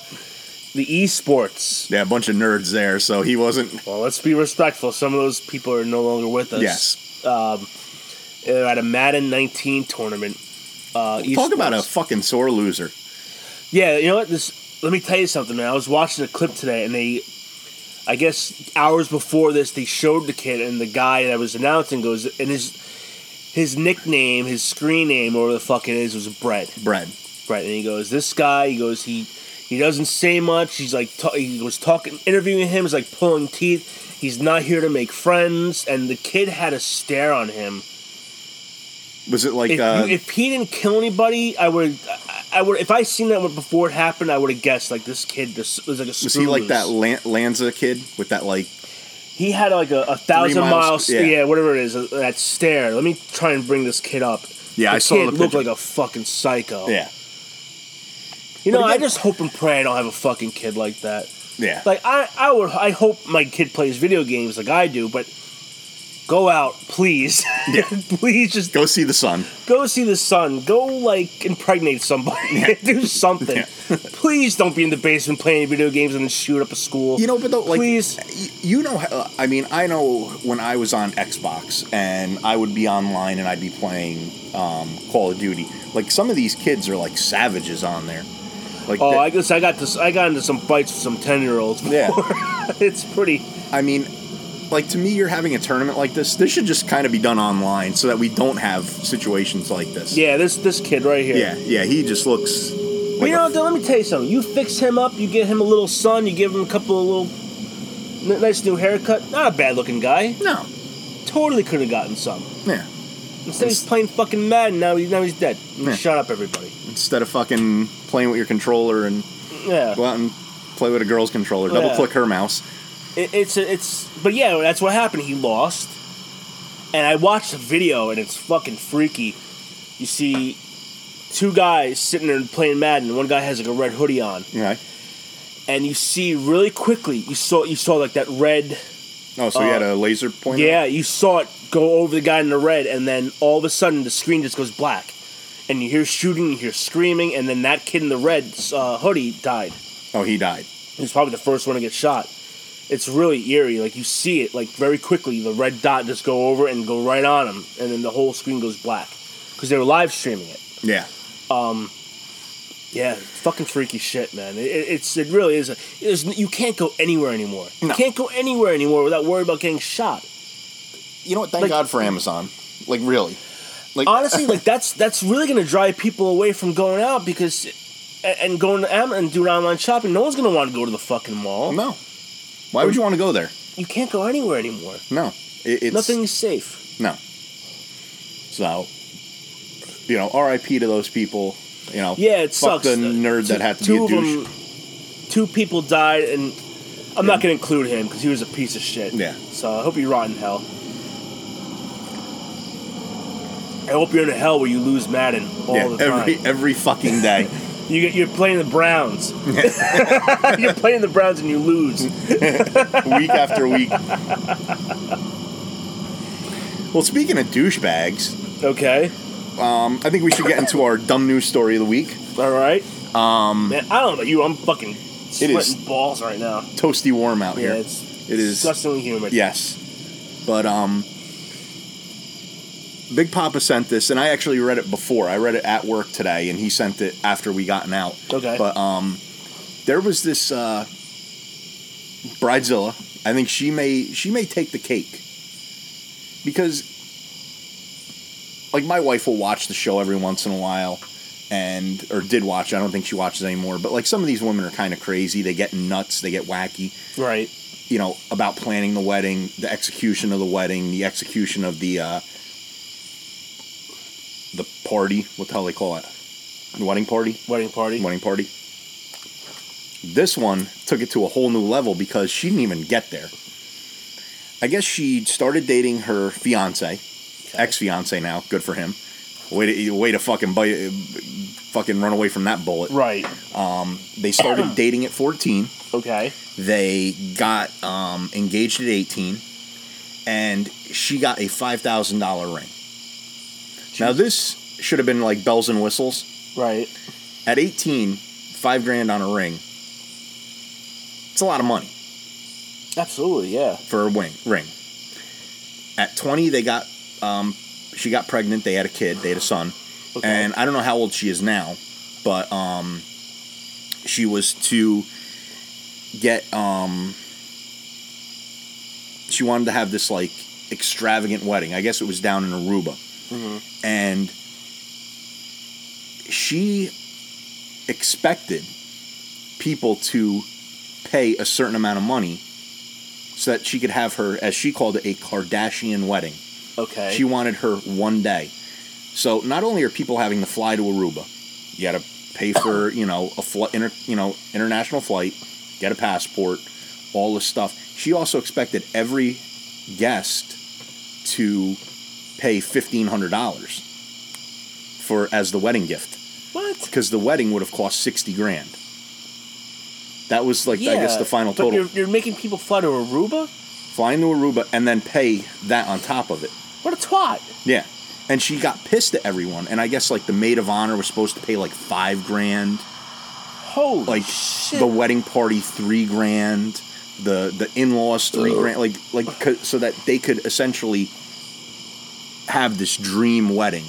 S2: the esports.
S1: Yeah, a bunch of nerds there, so he wasn't.
S2: Well, let's be respectful. Some of those people are no longer with us.
S1: Yes.
S2: They're at a Madden 19 tournament. Uh,
S1: Talk about a
S2: esports.
S1: fucking sore loser.
S2: Yeah, you know what? This let me tell you something, man. I was watching a clip today, and they, I guess, hours before this, they showed the kid, and the guy that was announcing goes, and his his nickname, his screen name, or whatever the fuck it is, was Brett.
S1: Bread.
S2: Brett, and he goes, this guy. He goes, he he doesn't say much. He's like, ta- he was talking, interviewing him. He's like pulling teeth. He's not here to make friends, and the kid had a stare on him
S1: Was it like
S2: if,
S1: uh,
S2: you, if he didn't kill anybody, I would. I- I would. If I seen that before it happened, I would have guessed like this kid this, was like a.
S1: was he like that Lan- Lanza kid with that like?
S2: He had like a, a thousand
S1: miles-
S2: miles.
S1: yeah.
S2: yeah. whatever it is. uh, that stare. Let me try and bring this kid up.
S1: Yeah,
S2: the
S1: I saw
S2: kid
S1: the
S2: looked
S1: picture.
S2: like a fucking psycho.
S1: Yeah,
S2: You know,
S1: But
S2: I
S1: again-
S2: just hope and pray I don't have a fucking kid like that.
S1: yeah.
S2: Like I, I would. I hope my kid plays video games like I do, but. Go out, please.
S1: Yeah.
S2: [LAUGHS] please just
S1: Go see the sun.
S2: go see the sun. Go like impregnate somebody. [LAUGHS] Do something. Please don't be in the basement playing video games and then shoot up a school.
S1: You know, but though, like,
S2: Please.
S1: y- you know, how- I mean, I know when I was on Xbox and I would be online and I'd be playing um, Call of Duty. Like some of these kids are like savages on there. Like,
S2: Oh,
S1: they-
S2: I guess I got this. I got into some fights with some ten year [LAUGHS]
S1: [LAUGHS]
S2: olds.
S1: Yeah.
S2: it's pretty.
S1: I mean, like to me, you're having a tournament like this. This should just kind of be done online so that we don't have situations like this.
S2: Yeah, this this kid right here.
S1: yeah, yeah. He just looks.
S2: But
S1: Like
S2: you
S1: a-
S2: know, what, though, let me tell you something. You fix him up. You get him a little sun. You give him a couple of little n- nice new haircut. Not a bad looking guy.
S1: no.
S2: Totally could have gotten some.
S1: Yeah.
S2: Instead, he's playing fucking Madden. Now, he, now he's dead.
S1: Yeah.
S2: Shut up, everybody.
S1: Instead of fucking playing with your controller and
S2: Yeah.
S1: go out and play with a girl's controller, double click her mouse.
S2: It, it's it's but yeah, that's what happened. He lost, and I watched the video, and it's fucking freaky. You see, two guys sitting there playing Madden. One guy has like a red hoodie on,
S1: Right.
S2: and you see really quickly. You saw you saw like that red.
S1: Oh, so you had a laser pointer.
S2: Uh, Yeah, you saw it go over the guy in the red, and then all of a sudden the screen just goes black, and you hear shooting, you hear screaming, and then that kid in the red uh, hoodie died.
S1: Oh, he died.
S2: He's probably the first one to get shot. It's really eerie. Like you see it, like very quickly, the red dot just go over and go right on him, and then the whole screen goes black because they were live streaming it.
S1: Yeah.
S2: Yeah, it's fucking freaky shit, man. It, it- it's it really is. A, there's n- you can't go anywhere anymore. You
S1: No.
S2: can't go anywhere anymore without worrying about getting shot.
S1: You know what? Thank
S2: Like-
S1: God for Amazon. Like really. Like
S2: Honestly, [LAUGHS] like that's that's really gonna drive people away from going out because and, and going to Am and doing online shopping. No one's gonna want to go to the fucking mall.
S1: no. Why would you want to go there?
S2: You can't go anywhere anymore.
S1: No. It, it's
S2: Nothing's safe.
S1: No. So, you know, R.I.P. to those people. You know.
S2: Yeah, it
S1: fuck
S2: sucks.
S1: the
S2: Uh,
S1: nerd that had to be a
S2: two of
S1: douche.
S2: them, two people died, and I'm not gonna include him because he was a piece of shit.
S1: Yeah.
S2: So I hope you rot in hell. I hope you're in a hell where you lose Madden all
S1: yeah,
S2: the time.
S1: every every fucking day.
S2: You get, you're playing
S1: [LAUGHS]
S2: the Browns. [LAUGHS] you're playing the Browns and you lose.
S1: week after week. Well, speaking of douchebags,
S2: Okay.
S1: um, I think we should get into our dumb news story of the week.
S2: All right. Um. Man, I don't know about you. I'm fucking sweating
S1: is-
S2: balls right now.
S1: Toasty warm out
S2: Yeah,
S1: here.
S2: it's
S1: It is-
S2: disgustingly humid.
S1: Yes. But um Big Papa sent this and I actually read it before. I read it at work today and he sent it after we gotten out.
S2: Okay.
S1: But um there was this uh Bridezilla. I think she may she may take the cake. Because like my wife will watch the show every once in a while and or did watch. I don't think she watches anymore, but like some of these women are kind of crazy. They get nuts, they get wacky
S2: Right.
S1: you know about planning the wedding, the execution of the wedding, the execution of the uh, the party. What the hell they call it? The wedding party.
S2: Wedding party.
S1: Wedding party. This one took it to a whole new level because she didn't even get there. I guess she started dating her fiance, ex fiance now. Good for him. Way to way to fucking bite, fucking run away from that bullet.
S2: Right.
S1: They started dating at fourteen.
S2: Okay.
S1: They got um, engaged at 18, and she got a $5,000 ring. Now, this should have been like bells and whistles.
S2: Right.
S1: At 18, five grand on a ring, it's a lot of money
S2: Absolutely. Yeah.
S1: for a wing, ring. At 20, they got, um, she got pregnant. They had a kid, they had a son.
S2: Okay.
S1: And I don't know how old she is now, but um, she was to get um, she wanted to have this like extravagant wedding. I guess it was down in Aruba, and she expected people to pay a certain amount of money so that she could have her, as she called it, a Kardashian wedding.
S2: okay.
S1: She wanted her one day. So not only are people having to fly to Aruba, you got to pay
S2: [COUGHS]
S1: for you know a fl- inter- you know international flight, get a passport, all this stuff. She also expected every guest to pay fifteen hundred dollars for as the wedding gift
S2: what?
S1: because the wedding would have cost sixty grand. That was like I guess the final
S2: but
S1: total.
S2: You're, you're making people fly to Aruba?
S1: Flying to Aruba and then pay that on top of it.
S2: What a twat!
S1: Yeah. And she got pissed at everyone. And I guess like the maid of honor was supposed to pay like five grand.
S2: Holy
S1: Like
S2: Oh, shit!
S1: the wedding party three grand. The the in laws three grand. Like like co- so that they could essentially have this dream wedding.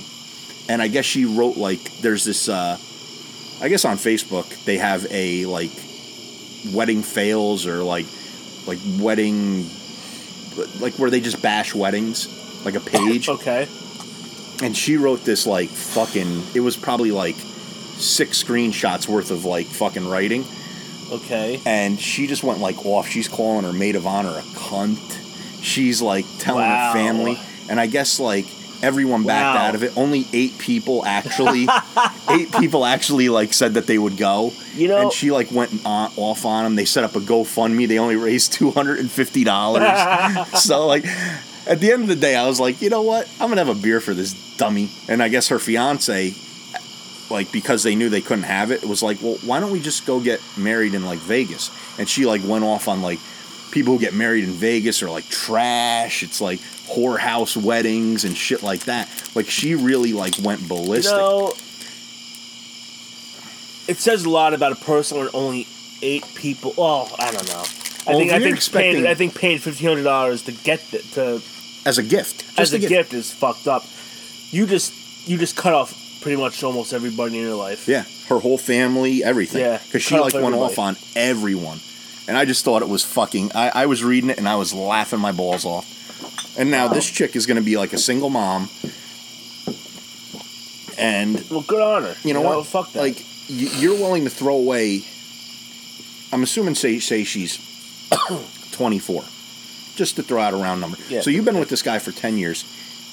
S1: And I guess she wrote like there's this uh I guess on Facebook they have a like wedding fails or like like wedding like where they just bash weddings like a page
S2: [LAUGHS] okay.
S1: and she wrote this like fucking it was probably like six screenshots worth of like fucking writing
S2: Okay.
S1: and she just went like off she's calling her maid of honor a cunt she's like telling
S2: Wow.
S1: her family and i guess like everyone backed
S2: Wow.
S1: out of it only eight people
S2: [LAUGHS]
S1: actually eight people actually like said that they would go
S2: You know-
S1: and she like went on, off on them they set up a gofundme they only raised
S2: [LAUGHS]
S1: $250 so like at the end of the day i was like you know what i'm gonna have a beer for this dummy and i guess her fiance like because they knew they couldn't have it, it was like, well, why don't we just go get married in like Vegas? And she like went off on like people who get married in Vegas are like trash. It's like whorehouse weddings and shit like that. Like she really like went
S2: You
S1: ballistic.
S2: know, it says a lot about a person when only eight people. Oh, I don't know. I
S1: Well,
S2: think
S1: Oh, if
S2: I
S1: you're
S2: think
S1: expecting-
S2: paying I think paying fifteen hundred dollars to get the, to
S1: as a gift,
S2: as a
S1: gi-
S2: gift is fucked up. You just you just cut off pretty much almost everybody in your life.
S1: Yeah, her whole family, everything.
S2: Yeah,
S1: because she
S2: cut
S1: like
S2: off
S1: went
S2: everybody.
S1: off on everyone, and I just thought it was fucking. I, I was reading it and I was laughing my balls off. And now this chick is going to be like a single mom, and
S2: Well, good on her.
S1: you know what?
S2: Fuck that.
S1: Like y- you're willing to throw away. I'm assuming say say she's [COUGHS] 24, just to throw out a round number.
S2: Yeah.
S1: So you've been with this guy for 10 years.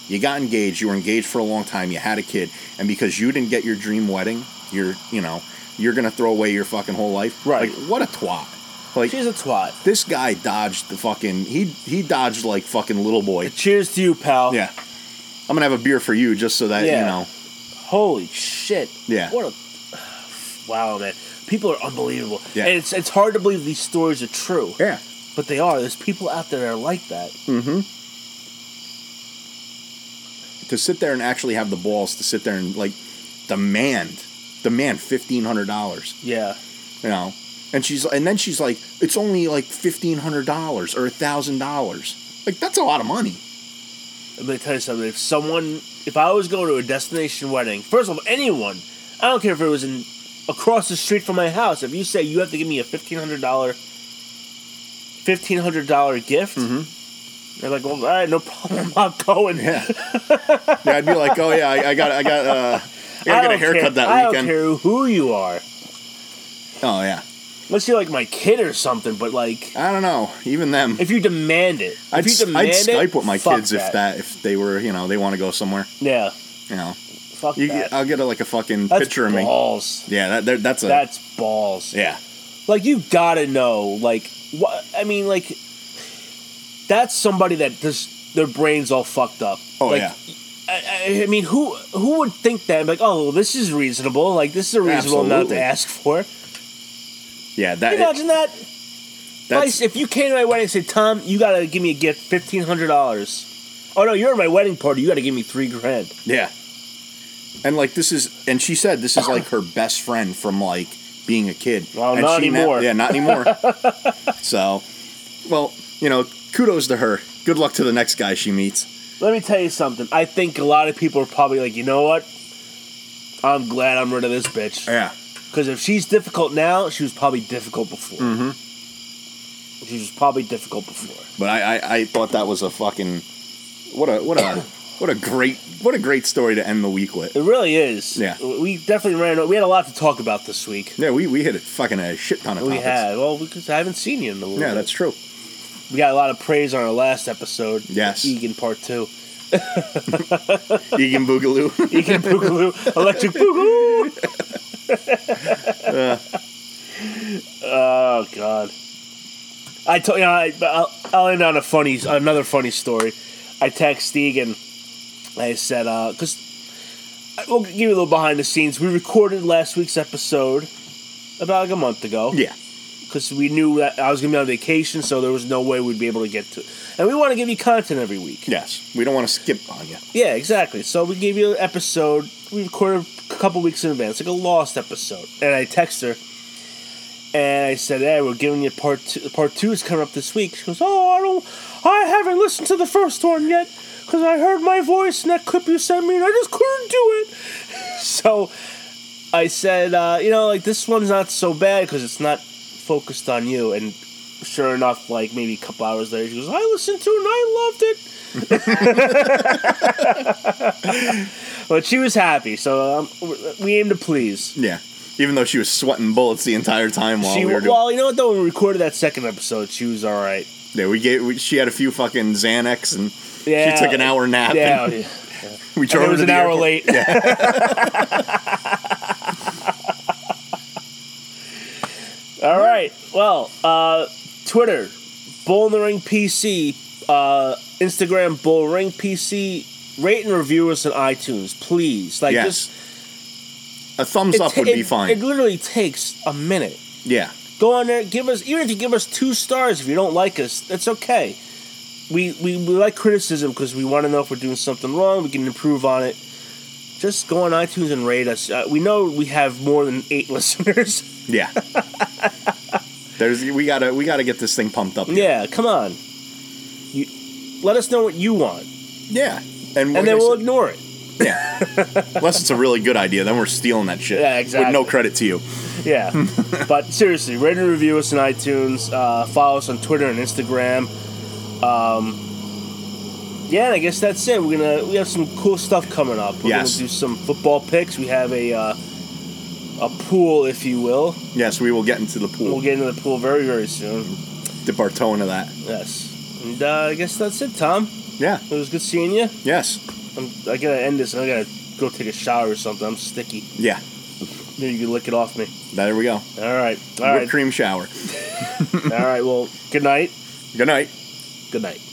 S1: You got engaged. You were engaged for a long time. You had a kid, and because you didn't get your dream wedding, you're you know you're gonna throw away your fucking whole life.
S2: Right.
S1: Like, what a twat. Like
S2: she's a twat.
S1: this guy dodged the fucking he he dodged like fucking little boy.
S2: Cheers to you, pal.
S1: Yeah. I'm gonna have a beer for you just so that
S2: Yeah.
S1: you know.
S2: Holy shit.
S1: Yeah.
S2: What a wow, man. People are unbelievable.
S1: Yeah.
S2: And it's it's hard to believe these stories are true,
S1: Yeah.
S2: but they are. There's people out there that are like that.
S1: Mm-hmm. To sit there and actually have the balls to sit there and like demand, demand fifteen hundred dollars,
S2: Yeah.
S1: you know, and she's and then she's like, it's only like fifteen hundred dollars or thousand dollars, like that's a lot of money. [LAUGHS]
S2: I'm gonna tell you something. If someone, if I was going to a destination wedding, first of all, anyone, I don't care if it was in across the street from my house. If you say you have to give me a fifteen hundred dollar, fifteen hundred dollar gift,
S1: Mm-hmm.
S2: they're like, well, all right, no [LAUGHS] problem, I'm going.
S1: Yeah, yeah, I'd be like, oh yeah, I, I got, I got, uh, I gotta
S2: I
S1: get a
S2: don't
S1: haircut
S2: care.
S1: that
S2: I
S1: weekend.
S2: don't care who you are.
S1: Oh yeah,
S2: Unless you're like my kid or something, but like,
S1: I don't know, even them.
S2: if you demand it,
S1: I'd,
S2: if you
S1: s-
S2: demand
S1: I'd Skype
S2: it,
S1: with my
S2: fuck
S1: kids if that if they were you know they want to go somewhere
S2: Yeah,
S1: you know
S2: fuck
S1: you,
S2: that.
S1: I'll get a, like a fucking
S2: That's
S1: picture of me
S2: balls.
S1: Yeah, that, there- that's a
S2: That's balls.
S1: yeah.
S2: like you gotta know like what i mean like that's somebody that just their brains all fucked up
S1: Oh,
S2: like,
S1: yeah.
S2: I, I- I mean who who would think that like oh this is reasonable like this is a reasonable amount to
S1: Absolutely.
S2: ask for Can
S1: Yeah,
S2: you
S1: that
S2: imagine that
S1: that's
S2: Like, if you came to my wedding and said tom you gotta give me a gift $1500 oh no you're at my wedding party you gotta give me three grand
S1: yeah. And like this is, and she said this is like
S2: [COUGHS]
S1: her best friend from like being a kid.
S2: Well,
S1: and
S2: not
S1: she now-
S2: anymore.
S1: yeah, not
S2: [LAUGHS]
S1: anymore. so, well, you know, kudos to her. Good luck to the next guy she meets.
S2: Let me tell you something. I think a lot of people are probably like, you know what? I'm glad I'm rid of this bitch.
S1: Yeah,
S2: Because if she's difficult now, she was probably difficult before. Mm-hmm. She was probably difficult before.
S1: but I, I I thought that was a fucking what a what
S2: [COUGHS]
S1: a what a great what a great story to end the week with.
S2: It really is.
S1: Yeah.
S2: We definitely ran. We had a lot to talk about this week.
S1: Yeah, we, we hit a fucking a shit ton of
S2: We
S1: topics.
S2: had. Well, because I haven't seen you in a little
S1: Oh, Yeah,
S2: bit.
S1: that's
S2: [LAUGHS]
S1: true.
S2: We got a lot of praise on our last episode.
S1: Yes.
S2: Egan Part Two.
S1: Egan Boogaloo.
S2: [LAUGHS] Egan Boogaloo, Electric Boogaloo. oh God! I told you. know, I, I'll, I'll end on a funny, another funny story. I text Egan. I said, because we'll give you a little behind the scenes. We recorded last week's episode about like a month
S1: [LAUGHS]
S2: ago
S1: yeah,
S2: because we knew that I was going to be on vacation, so there was no way we'd be able to get to. it. And we want to give you content every week.
S1: yes. We don't want to skip on you.
S2: Oh, Yeah, exactly. So we gave you an episode. We recorded a couple weeks in advance, like a lost episode. And I text her, and I said, "Hey, we're giving you part two. Part two is coming up this week." She goes, "Oh, I don't. I haven't listened to the first one yet because I heard my voice in that clip you sent me, and I just couldn't do it." [LAUGHS] so I said, uh, "You know, like this one's not so bad because it's not focused on you." And sure enough, like maybe a couple hours later, she goes, "I listened to it and I loved it." But she was happy, so um, we aim to please.
S1: Yeah. Even though she was sweating bullets the entire time while
S2: She,
S1: we were doing,
S2: well, you know what though, when we recorded that second episode, she was all right.
S1: yeah, we gave we, she had a few fucking Xanax and
S2: Yeah,
S1: she took an hour nap.
S2: Yeah,
S1: and
S2: and
S1: we drove
S2: it
S1: her
S2: was
S1: to
S2: an
S1: the
S2: hour
S1: airport.
S2: late. all right. Well, uh, Twitter, Bull in the Ring PC, uh, Instagram, Bull Ring PC. Rate and review us on iTunes, please. Like
S1: Yes,
S2: just
S1: a
S2: [LAUGHS]
S1: thumbs up
S2: ta-
S1: would be fine.
S2: It literally takes a minute.
S1: yeah,
S2: go on there give us even if you give us two stars if you don't like us that's okay we we, we like criticism because we want to know if we're doing something wrong we can improve on it just go on itunes and rate us uh, we know we have more than eight [LAUGHS] listeners [LAUGHS]
S1: yeah. There's we gotta we gotta get this thing pumped up. here.
S2: yeah come on you let us know what you want
S1: yeah. And, like
S2: and then
S1: I
S2: we'll
S1: said,
S2: ignore it [LAUGHS]
S1: Yeah. Unless it's a really good idea, then we're stealing that shit.
S2: Yeah,
S1: With
S2: exactly.
S1: no credit to you.
S2: Yeah. [LAUGHS] but seriously, rate and review us on iTunes. Uh, follow us on Twitter and Instagram. Um, yeah, and I guess that's it. We're gonna we have some cool stuff coming up. We're
S1: Yes.
S2: gonna do some football picks. We have a uh, a pool, if you will.
S1: Yes, we will get into the pool.
S2: We'll get into the pool very very soon.
S1: dip our toe into that.
S2: Yes. And uh, I guess that's it, Tom.
S1: Yeah.
S2: It was good seeing you.
S1: Yes.
S2: I'm, I gotta end this. and I gotta go take a shower or something. I'm sticky.
S1: Yeah.
S2: Maybe you can lick it off me.
S1: There we go.
S2: All right. All
S1: Whipped
S2: right.
S1: cream shower.
S2: All right. Well, good night.
S1: Good night.
S2: Good night.